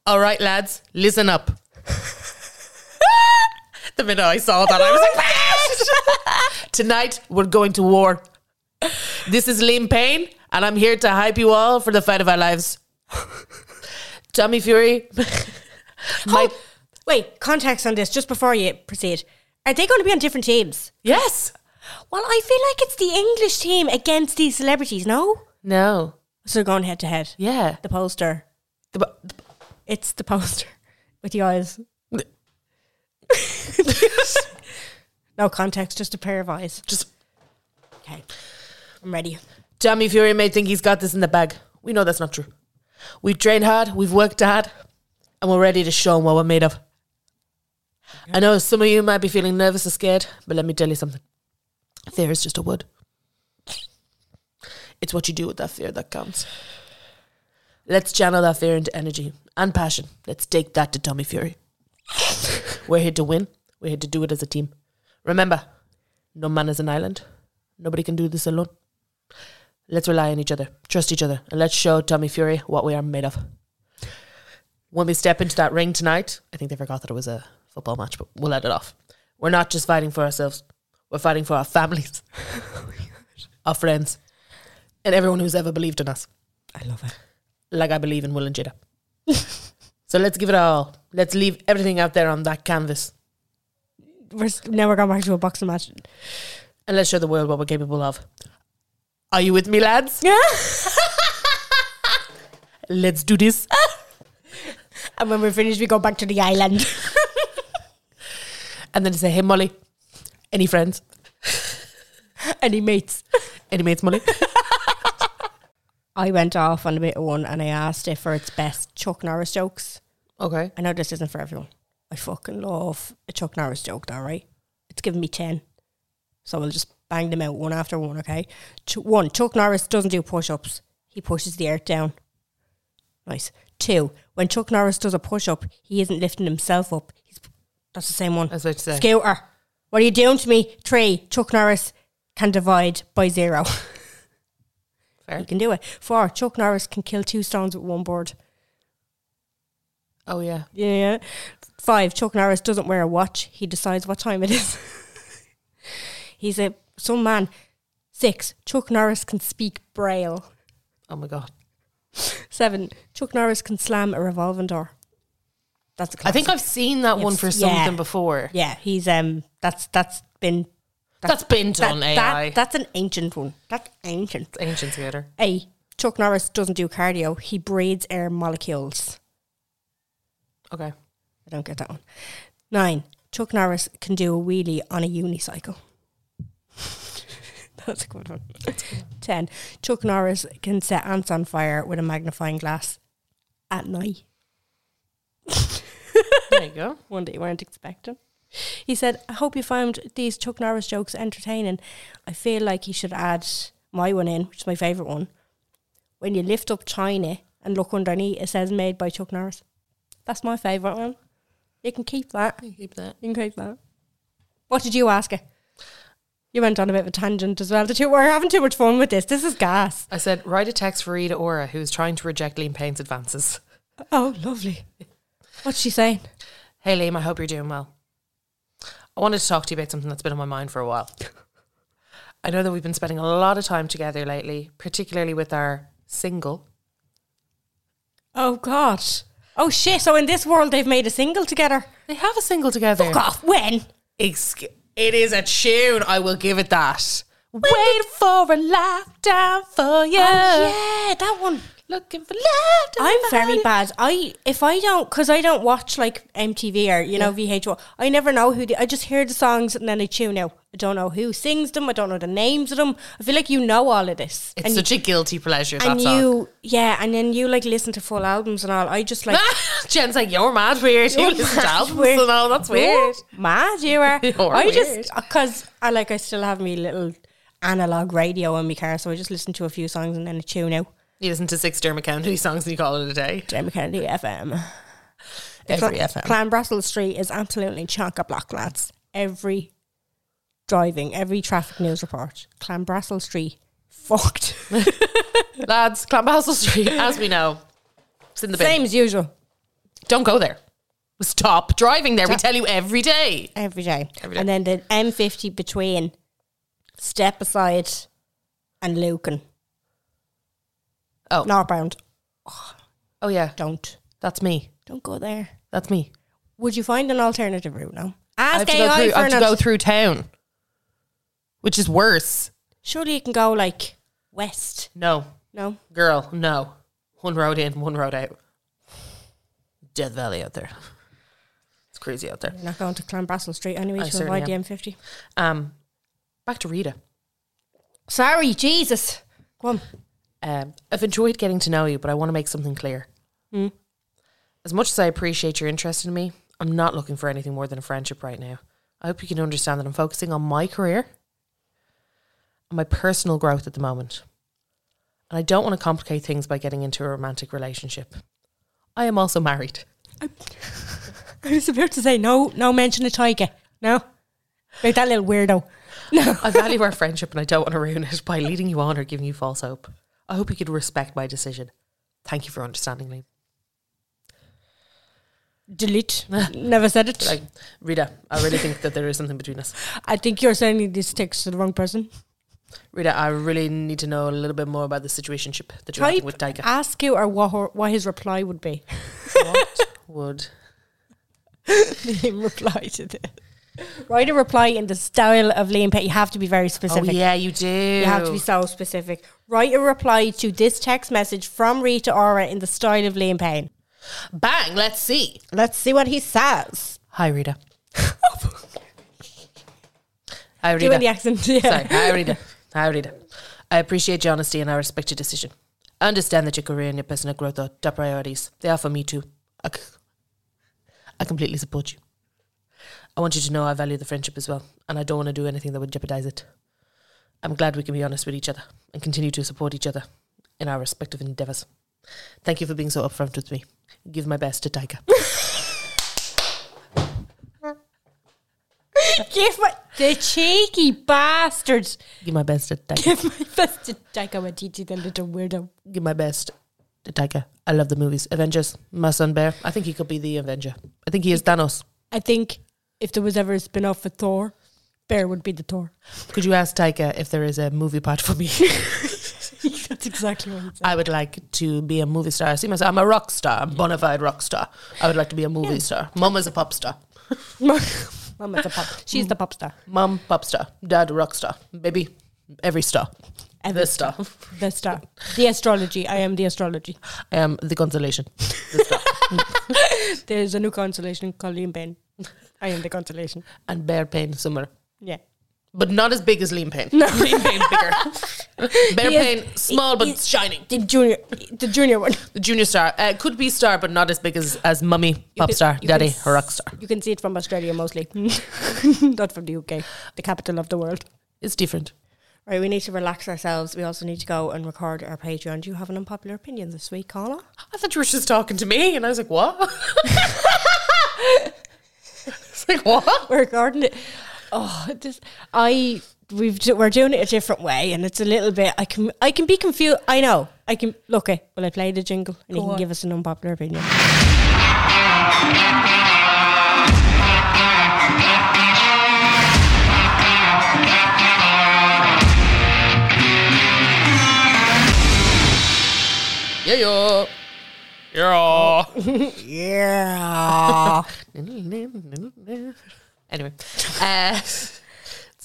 B: All right, lads. Listen up. the minute I saw that, I was like, "Yes!" "Tonight we're going to war. This is Liam Payne, and I'm here to hype you all for the fight of our lives." Tommy Fury. My-
C: Oh, wait, context on this just before you proceed. Are they going to be on different teams?
B: yes.
C: Well, I feel like it's the English team against these celebrities, no?
B: No.
C: So they're going head to head.
B: Yeah.
C: The poster.
B: The-
C: It's the poster with the eyes. no context, just a pair of eyes.
B: just
C: Okay. I'm ready.
B: Tommy Fury may think he's got this in the bag. We know that's not true. We've trained hard, we've worked hard, and we're ready to show him what we're made of. I know some of you might be feeling nervous or scared, but let me tell you something. Fear is just a word. It's what you do with that fear that counts. Let's channel that fear into energy and passion. Let's take that to Tommy Fury. we're here to win. We're here to do it as a team. Remember, no man is an island. Nobody can do this alone. Let's rely on each other, trust each other, and let's show Tommy Fury what we are made of. When we step into that ring tonight, I think they forgot that it was a football match, but we'll let it off. We're not just fighting for ourselves, we're fighting for our families, our friends, and everyone who's ever believed in us,
C: I love it.
B: like I believe in Will and Jada. so let's give it our all. Let's leave everything out there on that canvas,
C: We're, s- now we're going back to a boxing match.
B: and let's show the world what we're capable of. Are you with me, lads?
C: Yeah.
B: Let's do this.
C: and when we're finished, we go back to the island.
B: And then say, hey, Molly, any friends?
C: Any mates?
B: Any mates, Molly?
C: I went off on a bit of one and I asked it for its best Chuck Norris jokes.
B: okay.
C: I know this isn't for everyone. I fucking love a Chuck Norris joke, though, right? It's giving me 10. So we'll just bang them out one after one, okay? Ch- one, Chuck Norris doesn't do push ups, he pushes the earth down. Nice. Two, when Chuck Norris does a push up, he isn't lifting himself up. He's, that's the same one.
B: That's what you say.
C: Scooter, what are you doing to me? Three, Chuck Norris can divide by zero.
B: Fair.
C: He can do it. Four, Chuck Norris can kill two stones with one bird.
B: Oh yeah.
C: Yeah. Five, Chuck Norris doesn't wear a watch. He decides what time it is. He's a some man. Six, Chuck Norris can speak braille.
B: Oh my god.
C: Seven, Chuck Norris can slam a revolving door. That's a
B: I
C: classic.
B: think I've seen that one for
C: Yes.
B: something
C: Yeah.
B: before.
C: Yeah, he's um that's that's been
B: that's been
C: that,
B: done. AI.
C: that that's an ancient one. That's ancient.
B: ancient theater.
C: A Chuck Norris doesn't do cardio, he breathes air molecules.
B: Okay.
C: I don't get that one. Nine. Chuck Norris can do a wheelie on a unicycle. That's a good one. Ten. Chuck Norris can set ants on fire with a magnifying glass at night.
B: There you go.
C: One that you weren't expecting. He said, I hope you found these Chuck Norris jokes entertaining. I feel like he should add my one in, which is my favourite one. When you lift up China and look underneath, it says made by Chuck Norris. That's my favourite one. You can keep that.
B: Keep that.
C: You can keep that. What did you ask her? You went on a bit of a tangent as well. Did you? We're having too much fun with this. This is gas.
B: I said, write a text for Rita Ora, who's trying to reject Liam Payne's advances.
C: Oh, lovely. What's she saying?
B: Hey Liam, I hope you're doing well. I wanted to talk to you about something that's been on my mind for a while. I know that we've been spending a lot of time together lately, particularly with our single.
C: Oh God. Oh shit. So in this world, they've made a single together.
B: They have a single together.
C: Fuck off. When?
B: Exc- It is a tune. I will give it that. Wait for a lifetime for you.
C: Oh, yeah, that one.
B: Looking for lifetime.
C: I'm very bad. I if I don't because I don't watch like MTV or you know VH1. I never know who. The, I just hear the songs and then I tune out. I don't know who sings them. I don't know the names of them. I feel like you know all of this.
B: It's
C: and
B: such a guilty pleasure. That
C: and
B: song.
C: you yeah, and then you like listen to full albums and all. I just like
B: Jen's like, you're mad weird. You listen to albums
C: weird.
B: and all. That's weird.
C: mad you are.
B: You're
C: I
B: weird.
C: just because I like I still have my little analog radio in my car, so I just listen to a few songs and then I tune out.
B: You listen to six Dermot Kennedy songs and you call it a day.
C: Jamie Kennedy FM.
B: Every
C: Cla-
B: FM.
C: Clan Brussels Street is absolutely chunk a block, lads. Every driving, every traffic news report. Clan Brussels Street fucked.
B: Lads, Clanbastle Street, as we know, it's in the bin.
C: Same as usual.
B: Don't go there. Stop driving there. We tell you every day.
C: Every day.
B: Every day.
C: And then the M50 between Step Aside and Lucan.
B: Oh.
C: Northbound.
B: Oh, yeah.
C: Don't.
B: That's me.
C: Don't go there.
B: That's me.
C: Would you find an alternative route now?
B: I have,
C: Ask
B: to go,
C: AI
B: through,
C: for
B: I have
C: an
B: to
C: al-
B: go through town, which is worse.
C: Surely you can go like west.
B: No.
C: No?
B: Girl, no. One road in, one road out. Death Valley out there. It's crazy out there.
C: You're not going to Clanbrussel Street anyway
B: I
C: to
B: certainly
C: avoid the
B: am.
C: M50.
B: Um, back to Rita.
C: Sorry, Jesus. Go on.
B: Um, I've enjoyed getting to know you, but I want to make something clear. As much as I appreciate your interest in me, I'm not looking for anything more than a friendship right now. I hope you can understand that I'm focusing on my career and my personal growth at the moment. And I don't want to complicate things by getting into a romantic relationship. I am also married.
C: I was about to say no, no mention of Tiger. No, like that little weirdo. No,
B: I value our friendship and I don't want to ruin it by leading you on or giving you false hope. I hope you could respect my decision. Thank you for understanding me.
C: delete. Never said it.
B: Like, Rita, I really think that there is something between us.
C: I think you're sending this text to the wrong person.
B: Rita, I really need to know a little bit more about the situationship that you're
C: Type
B: having with Daika.
C: ask you or what, her, what his reply would be.
B: what would
C: Liam reply to this. Write a reply in the style of Liam Pet. You have to be very
B: Oh
C: specific.
B: yeah, you do.
C: You have to be so specific. Write a reply to this text message from Rita Ora in the style of Liam Payne.
B: Bang, let's see.
C: Let's see what he says.
B: Hi Rita. Hi Rita.
C: Doing the accent. Yeah.
B: Sorry. Hi, Rita. Hi, Rita. I appreciate your honesty and I respect your decision. I understand that your career and your personal growth are top priorities. They are for me too. I, c- I completely support you. I want you to know I value the friendship as well, and I don't want to do anything that would jeopardize it. I'm glad we can be honest with each other and continue to support each other in our respective endeavors. Thank you for being so upfront with me. Give my best to Tiger.
C: Give my the cheeky bastards.
B: Give my best to Tiger.
C: Give my best to Taika Waititi, the little weirdo.
B: give my best to Taika. I love the movies. Avengers, my son Bear. I think he could be the Avenger. I think he is Thanos.
C: I think if there was ever a spin off for Thor, Bear would be the Thor.
B: Could you ask Taika if there is a movie part for me?
C: That's exactly what he said.
B: I would like to be a movie star. I see myself. I'm a rock star. I'm a bona fide rock star. I would like to be a movie star. Mum is a pop star.
C: Mum is a pop. She's the pop star.
B: Mum, pop star. Dad, rock star. Baby, every star.
C: Every
B: the star.
C: The star. The astrology. I am the astrology.
B: I am the consolation. The star.
C: There's a new constellation called Liam Payne. I am the constellation.
B: and Bear Pain somewhere.
C: Yeah.
B: But not as big as Liam Payne. No. Liam Payne bigger. Bear
C: He is-
B: Payne small
C: he-
B: but
C: he-
B: shining.
C: The junior the junior one.
B: The junior star uh, could be star, but not as big as as mummy, pop
C: can-
B: star,
C: you
B: daddy,
C: can
B: or rock star.
C: You can see it from Australia mostly. Not from the UK. The capital of the world.
B: It's different.
C: Right, we need to relax ourselves. We also need to go and record our Patreon. Do you have an unpopular opinion this week, Carla?
B: I thought you were just talking to me, and I was like, "What?" it's like what?
C: We're recording it. Oh, this I we've d- we're doing it a different way, and it's a little bit. I can I can be confused. I know. I can look. Okay, will I play the jingle, and you can give us an unpopular opinion.
B: Yeah, yeah. Yeah.
C: Yeah.
B: anyway, uh, it's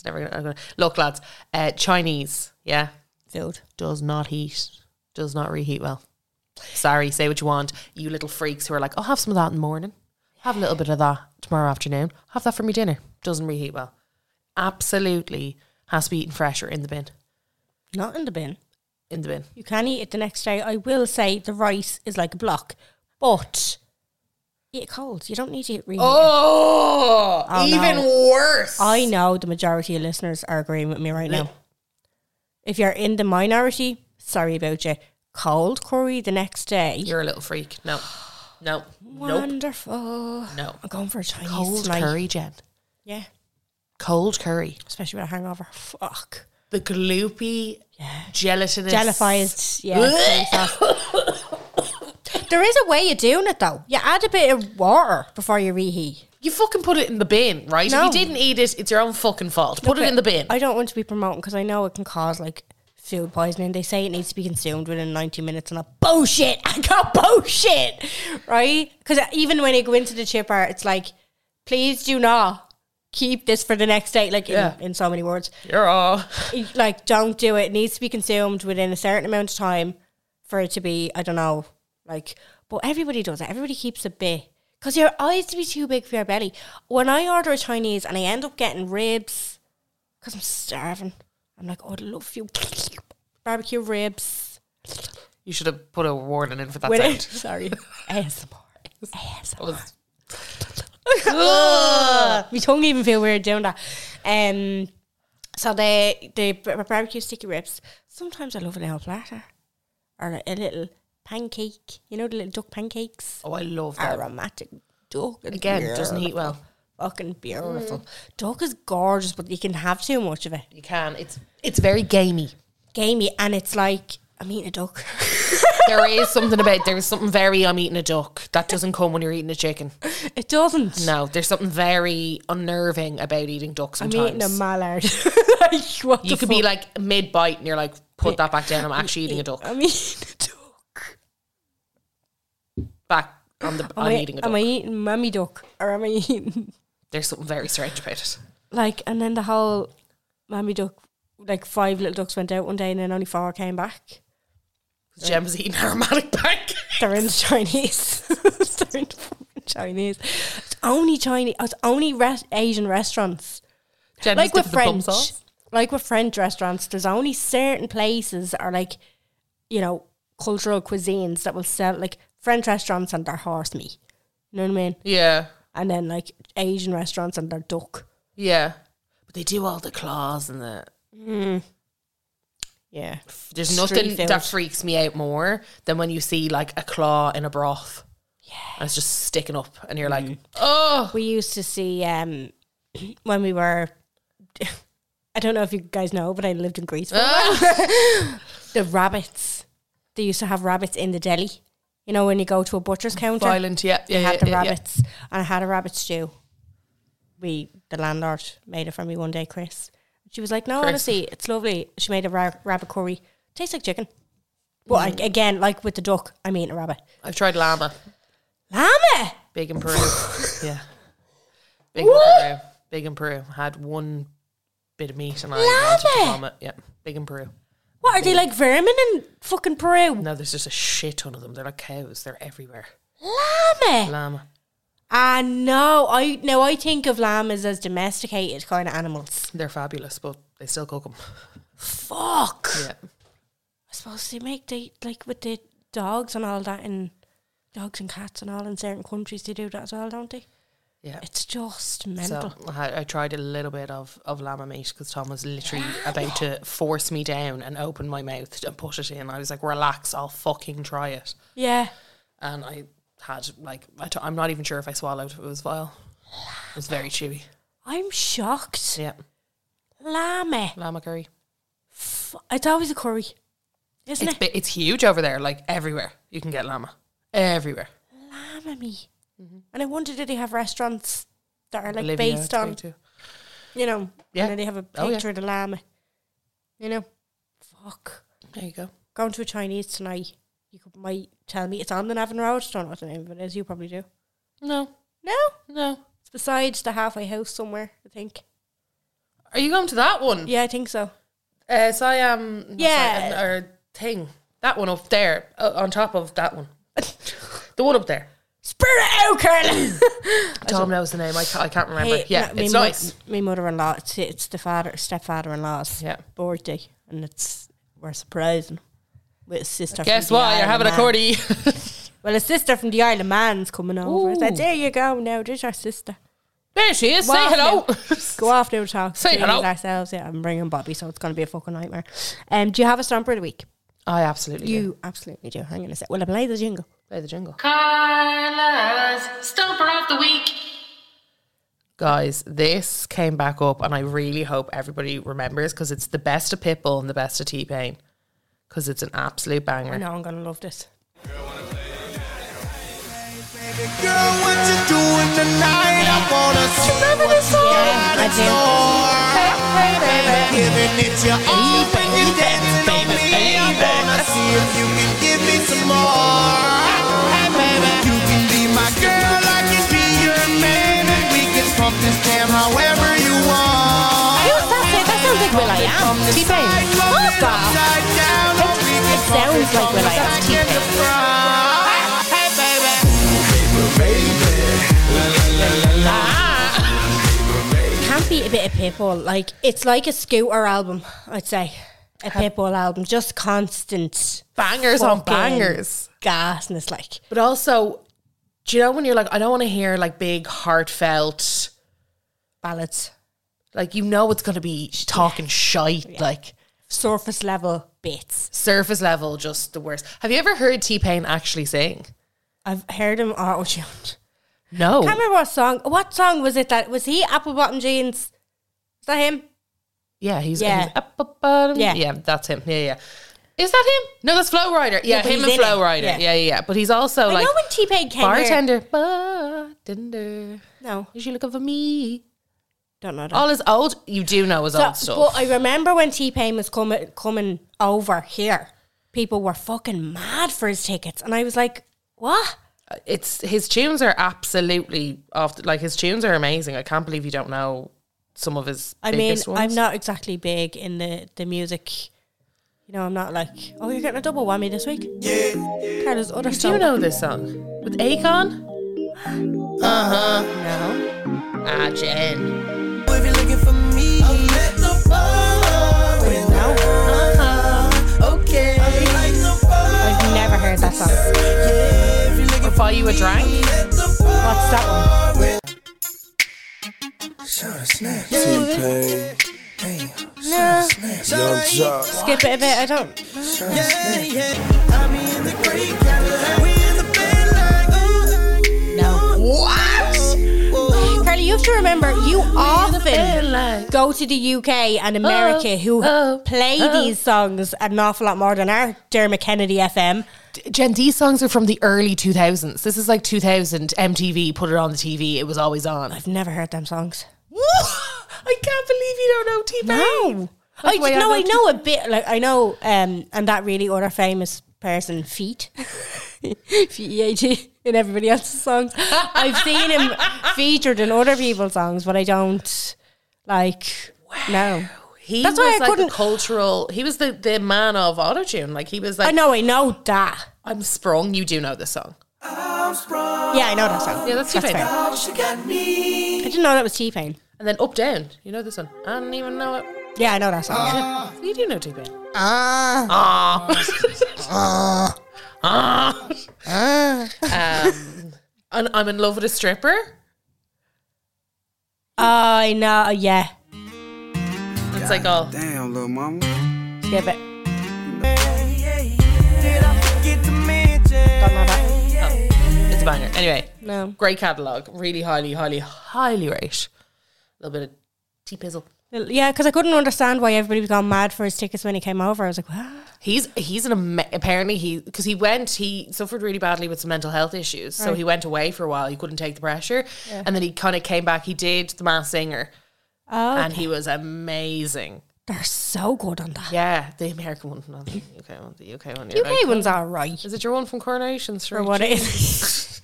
B: never gonna, I'm gonna look, lads. Uh, Chinese, yeah,
C: Food.
B: does not heat, does not reheat well. Sorry, say what you want, you little freaks who are like, oh, have some of that in the morning, have a little bit of that tomorrow afternoon, have that for me dinner. Doesn't reheat well. Absolutely has to be eaten fresh or in the bin.
C: Not in the bin.
B: In the bin.
C: You can eat it the next day. I will say the rice is like a block, but eat it cold. You don't need to eat reheat. it.
B: Oh,
C: Oh,
B: even
C: no.
B: worse.
C: I know the majority of listeners are agreeing with me right now. If you're in the minority, sorry about you. Cold curry the next day.
B: You're a little freak. No, no, nope,
C: Wonderful.
B: no.
C: I'm going for a Chinese
B: Cold
C: tonight.
B: curry, Jen.
C: Yeah,
B: Cold curry.
C: especially with a hangover. Fuck.
B: The gloopy, gelatinous.
C: Jellified. Yeah. curry sauce. there is a way of doing it though. You add a bit of water before you reheat.
B: You fucking put it in the bin, right?
C: No.
B: If you didn't eat it, it's your own fucking fault. Put it
C: Okay,
B: in the bin.
C: I don't want to be promoting because I know it can cause like food poisoning. They say it needs to be consumed within 90 minutes, and I'm bullshit. I got bullshit, right? Because even when you go into the chipper, it's like, please do not keep this for the next day. Like
B: Yeah.
C: in, in so many words,
B: You're all.
C: like don't do it. It needs to be consumed within a certain amount of time for it to be. I don't know, like, but everybody does it. Everybody keeps a bit. Because your eyes to be too big for your belly. When I order a Chinese and I end up getting ribs, because I'm starving. I'm like, oh, I love you. Barbecue ribs.
B: You should have put a warning in for that
C: With
B: sound.
C: it. Sorry. ASMR. ASMR.
B: That was-
C: My tongue even feel weird doing that. Um, so they the b- barbecue sticky ribs. Sometimes I love a little platter or a little pancake. You know the little duck pancakes,
B: oh, I love that.
C: aromatic duck. and
B: Again, doesn't Mm. heat well.
C: Fucking beautiful. Duck is gorgeous, but you can have too much of it.
B: You can. It's it's very gamey.
C: Gamey, and it's like I'm eating a duck.
B: There is something about there is something very I'm eating a duck that doesn't come when you're eating a chicken.
C: It doesn't.
B: No, there's something very unnerving about eating duck
C: I'm
B: sometimes.
C: eating a mallard. like, what
B: you
C: the
B: could
C: fuck?
B: be like mid bite and you're like, put that back down. I'm actually eating a duck.
C: I'm eating a duck.
B: Back on the
C: Am
B: I'm
C: I,
B: eating a duck.
C: Am I eating mummy duck or am I eating
B: There's something very strange about it.
C: like? And then the whole mummy duck, like five little ducks went out one day, and then only four came back.
B: Jem was eating aromatic pancake.
C: They're in the Chinese. They're in the fucking Chinese. It's only Chinese. It's only res- Asian restaurants.
B: Jen
C: like
B: was
C: with
B: dipping the bum
C: French,
B: sauce.
C: like with French restaurants, there's only certain places or like, you know, cultural cuisines that will sell like French restaurants and their horse meat. You know what I mean?
B: Yeah,
C: And then like Asian restaurants and their duck.
B: yeah. But they do all the claws and the.
C: Yeah.
B: There's
C: Street
B: nothing
C: food.
B: that freaks me out more than when you see like a claw in a broth. Yeah, and it's just sticking up, and you're like, oh,
C: We used to see um when we were I don't know if you guys know, but I lived in Greece for a while. the rabbits. They used to have rabbits in the deli. You know, when you go to a butcher's counter.
B: violent. Yeah, yeah,
C: I
B: yeah,
C: had the
B: yeah, yeah.
C: rabbits and I had a rabbit stew. We the landlord made it for me one day, Chris. She was like, "No,
B: Chris.
C: honestly, it's lovely." She made a ra- rabbit curry. Tastes like chicken.
B: Mm.
C: But I, again, like with the duck, I'm eating a rabbit.
B: I've tried llama,
C: Llama.
B: big in Peru. yeah, big in Peru. Big in Peru. Had one bit of meat and I wanted to
C: Llama.
B: vomit. Yeah, big in Peru.
C: What are they like vermin in fucking Peru?
B: No, there's just a shit ton of them. They're like cows. They're everywhere.
C: Llama.
B: Llama.
C: Ah, no. I now I think of llamas as domesticated kind of animals.
B: They're fabulous, but they still cook them.
C: Fuck.
B: Yeah.
C: I suppose they make they like with the dogs and all that and dogs and cats and all in certain countries they do that as well, don't they?
B: Yeah.
C: It's just
B: So
C: mental.
B: I, had- I tried a little bit of, of llama meat because Tom was literally about to force me down and open my mouth and put it in. I was like, relax, I'll fucking try it.
C: Yeah.
B: And I had, like, I t- I'm not even sure if I swallowed. It was vile. It was very chewy.
C: I'm shocked.
B: Yeah.
C: Llama.
B: Llama curry.
C: F- It's always a curry. Isn't
B: It's,
C: it?
B: bi- it's huge over there, like, everywhere. You can get llama. Everywhere.
C: Llama me.
B: Mm-hmm.
C: And I wonder do they have restaurants that are like
B: Bolivia, it's
C: based on
B: great too.
C: you know
B: Yeah.
C: and then they have a picture
B: Oh, yeah.
C: of the llama. You know? Fuck.
B: There you go.
C: Going to a Chinese tonight. You could, might tell me it's on the Navan Road. don't know what the name of it is. You probably do.
B: No,
C: No,
B: no.
C: it's besides the halfway house somewhere. I think.
B: Are you going to that one?
C: Yeah, I think so.
B: Uh, Siam. not
C: Yeah.
B: Siam, or thing. That one up there, uh, on top of that one. the one up there.
C: Spirit out, Carla.
B: Tom knows the name. I can't, I can't remember.
C: Hey,
B: yeah,
C: no, me
B: it's
C: mo-
B: nice.
C: Me mother-in-law, it's, it's the father, stepfather-in-law's
B: Yeah.
C: birthday, and it's we're surprising with his sister.
B: Guess
C: from the
B: what? You're
C: Isle
B: having a
C: of Man.
B: cordy.
C: Well, his sister from the Isle of Man's coming over. I said, "There you go. Now there's our sister.
B: there she is.
C: Go
B: Say
C: off
B: hello.
C: now. Go off now, talk.
B: Say
C: between
B: hello.
C: Ourselves. Yeah, I'm bringing Bobby, so it's going to be a fucking nightmare. Um, do you have a stomper of the week?
B: I absolutely do.
C: You absolutely do. Hang on a sec. Will I play the jingle?
B: play the jingle.
H: Carla's Stomper of the Week.
B: Guys, this came back up, and I really hope everybody remembers because it's the best of Pitbull and the best of T Pain because it's an absolute banger.
C: I know I'm going to love this.
I: Girl, what you doing tonight? I wanna see what you got in store. Giving it your all when you dancing on me. I wanna see if you can give me some more. Hey, baby, you can be my girl, I can be your man, and we can pump this jam however you want.
C: Who's that? say? That sounds like Will I Am. T Pain. Fuck off. It sounds like Will I Am. T Pain. Can't be a bit of Pitbull. Like it's like a Scooter album. I'd say a Pitbull album, just constant
B: Bangers on
C: fucking
B: bangers.
C: gasness. Like
B: But also, do you know when you're like, I don't want to hear like big heartfelt,
C: ballads,
B: like you know it's gonna be talking shite, like
C: surface level bits.
B: surface level, just the worst. Have you ever heard T Pain actually sing?
C: I've heard him auto tuned.
B: No.
C: can't remember what song. What song was it that was he apple bottom jeans? Is that him?
B: Yeah, he's,
C: Yeah.
B: he's up, up, bottom.
C: Yeah.
B: Yeah. that's him. Yeah, yeah. Is that him? No, that's Flow Rider. Yeah,
C: Yeah, but
B: him
C: he's
B: and
C: in
B: Flow
C: it.
B: Rider.
C: Yeah.
B: Yeah. yeah, yeah. But he's also
C: I
B: Oh, like
C: know when T Pain came here.
B: bartender. Bartender.
C: No,
B: Is you looking for me?
C: don't know that.
B: All his old, you do know his old
C: So-
B: stuff.
C: But I remember when T Pain was coming coming over here, people were fucking mad for his tickets, and I was like, "What?
B: it's his tunes are absolutely off. The, like his tunes are amazing. I can't believe you don't know some of his.
C: I mean,
B: biggest ones.
C: I'm not exactly big in the the music. You know, I'm not like, oh, you're getting a double whammy this week. Carla's other
B: Do you
C: song.
B: know this song with Akon?
C: No.
B: Uh-huh. Ah, Jen.
I: If you're looking for me, I'm at the bar with no uh-huh. Okay. I'm like the bar.
C: I've never heard that song.
I: Yeah, if you're looking
B: I'll buy you a drink.
I: at the bar.
C: What's that one? Skip it a bit. I don't.
I: Yeah, yeah. I'm in the great Cadillac. We in the bed like, uh-huh. ooh,
C: No.
I: What?
C: Carly, you have to remember, you often go to the UK and America who
B: oh,
C: play these songs an awful lot more than our Dermot Kennedy FM.
B: Jen, these songs are from the early 2000s. This is like 2000 MTV. Put it on the TV. It was always on.
C: I've never heard them songs.
B: I can't believe you don't know T Pain.
C: No. I
B: why I
C: know. I
B: don't-
C: know a bit. Like I know, um, and that really other famous person, Feet, F E A T, in everybody else's songs. I've seen him featured in other people's songs, but I don't like. No,
B: He
C: That's
B: was
C: why I
B: like
C: couldn't-
B: the cultural. He was the the man of autotune. Like he was like,
C: I know. I know that.
B: I'm sprung. You do know this song.
C: Yeah, I know that song.
B: Yeah, that's T
C: That's
B: Pain.
C: fair. I didn't know that was T Pain.
B: And then up down. You know this one. I don't even know it.
C: Yeah, I know that song. yeah.
B: You do know T Pain. Ah. Ah. Ah. Um, and I'm in love with a stripper.
C: I know. uh, Yeah,
B: It's like all.
J: Damn, little mama.
C: skip it.
I: Did I forget to mention?
C: Don't know that.
B: It's a banger. Anyway,
C: No.
B: great catalog. Really highly, highly, highly rate. A little bit of tea pizzle.
C: Yeah, because I couldn't understand why everybody was gone mad for his tickets when he came over. I was like, what?
B: He's he's an ama- apparently he because he went he suffered really badly with some mental health issues so he went away for a while he couldn't take the pressure and then he kind of came back he did the mass singer
C: Oh,
B: and he was amazing
C: They're so good on that.
B: Yeah, the American one, not the UK one. The UK one.
C: The UK one's all right.
B: Is it your one from Coronation Street?
C: oh. For what it is.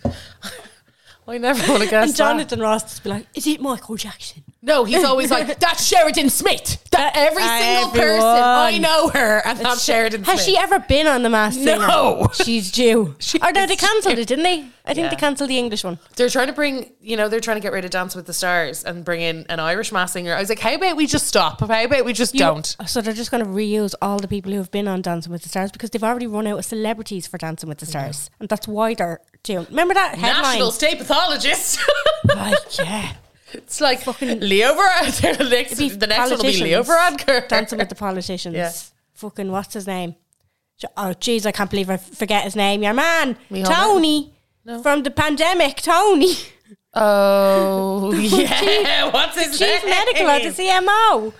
B: I never would have guessed
C: and Jonathan Ross just be like, is it Michael Jackson?
B: that. No, he's always like, that's Sheridan Smith. That every single person I
C: Everyone.
B: know her, and that's Sheridan Smith.
C: Has she ever been on The Masked Singer?
B: No.
C: She's due. or no, they cancelled it, didn't they? I think
B: Yeah.
C: they cancelled the English one.
B: they're trying to bring, you know, they're trying to get rid of Dance with the Stars and bring in an Irish mass singer. I was like, how about we just stop? How about we just
C: You- Oh,
B: don't?
C: So they're just going to reuse all the people who have been on Dancing with the Stars because they've already run out of celebrities for Dancing with the Stars, and that's why they're doing. Remember that headline?
B: National state pathologist.
C: Like, yeah,
B: it's like fucking Leo Varadkar. The next,
C: It'd
B: the next one will be Leo
C: politicians
B: Varadkar.
C: Dancing with the politicians.
B: Yeah.
C: Fucking what's his name? Jo- Oh, jeez, I can't believe I f- forget his name. Your man,
B: Micheál Martin.
C: Tony, from the pandemic. Tony,
B: Oh yeah, what's his name?
C: chief medical at the CMO.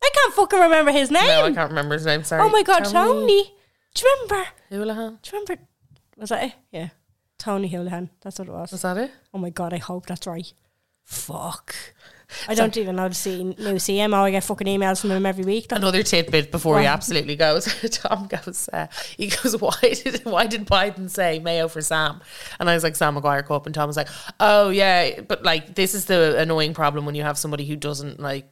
C: I can't fucking remember his name.
B: No, I can't remember his name. Sorry.
C: oh my god, Tony. Do you remember?
B: Houlihan.
C: Do you remember? Was that it? Yeah. Tony Houlihan. That's what it was.
B: Is that it?
C: Oh my god, I hope that's right. Fuck. I don't even know the C- new CMO. I get fucking emails from him every week. That's
B: Another tidbit before he
C: Wow.
B: absolutely goes. Tom goes. Uh, he goes. Why did Why did Biden say Mayo for Sam? And I was like, Sam McGuire Cup. And Tom was like, Oh yeah, but like this is the annoying problem when you have somebody who doesn't like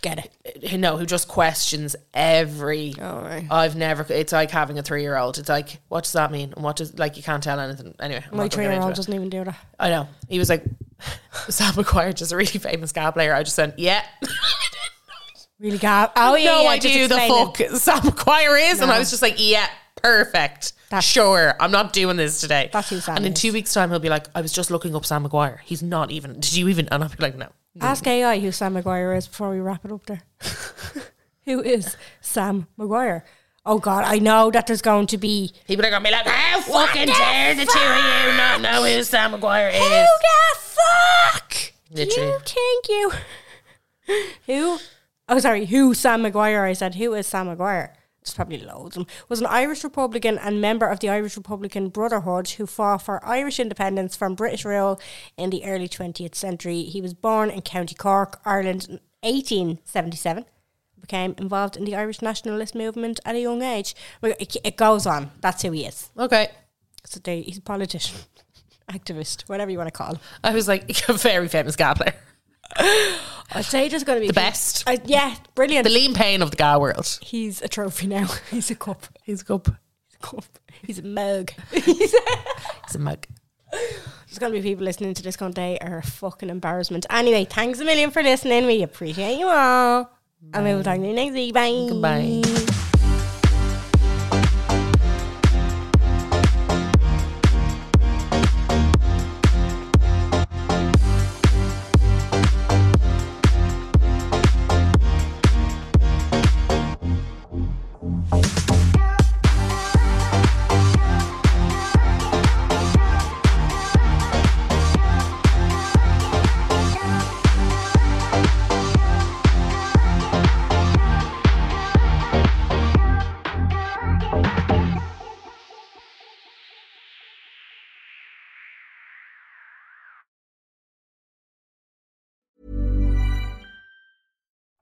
C: get it.
B: who no, who just questions every.
C: Oh, right.
B: I've never. It's like having a three year old. It's like, what does that mean? And what does like you can't tell anything. Anyway, I'm
C: My
B: not gonna
C: three
B: get
C: year
B: into
C: old
B: it.
C: doesn't even do that.
B: I know. He was like, Sam McGuire, just a really famous guy player. I just said, yeah.
C: Really gab. Oh yeah.
B: no
C: yeah, just
B: idea who the
C: explain
B: fuck Sam McGuire is. And I was just like, yeah, perfect.
C: That's-
B: sure. I'm not doing this today.
C: That's who Sam
B: And in
C: is.
B: two weeks' time, he'll be like, I was just looking up Sam McGuire. He's not even. Did you even? And I'll be like, no.
C: it. Ask AI who Sam McGuire is before we wrap it up there. who is Sam McGuire? Oh god, I know that there's going to be
B: People are going to be like, how fucking
C: the
B: dare the two of you not know who Sam McGuire
C: Who
B: is?
C: the fuck?
B: Literally.
C: You thank you. who? Oh, sorry. Who? Sam McGuire. I said, who is Sam McGuire? There's probably loads of them. Was an Irish Republican and member of the Irish Republican Brotherhood who fought for Irish independence from British rule in the early 20th century. He was born in County Cork, Ireland in 1877. Became involved in the Irish nationalist movement at a young age. Well, It, it goes on. That's who he is.
B: Okay.
C: So they, he's a politician, activist, whatever you want to call him.
B: I was like, a very famous guy player.
C: I'd say there's going to be
B: The best.
C: I, yeah, brilliant.
B: The lean pain of the guy world.
C: He's a trophy now. He's a cup.
B: He's a cup.
C: He's a cup. He's a mug.
B: He's a mug.
C: There's going to be people listening to this going, they are a fucking embarrassment. Anyway, thanks a million for listening. We appreciate you all. And we will talk to you next week. Bye.
B: Goodbye.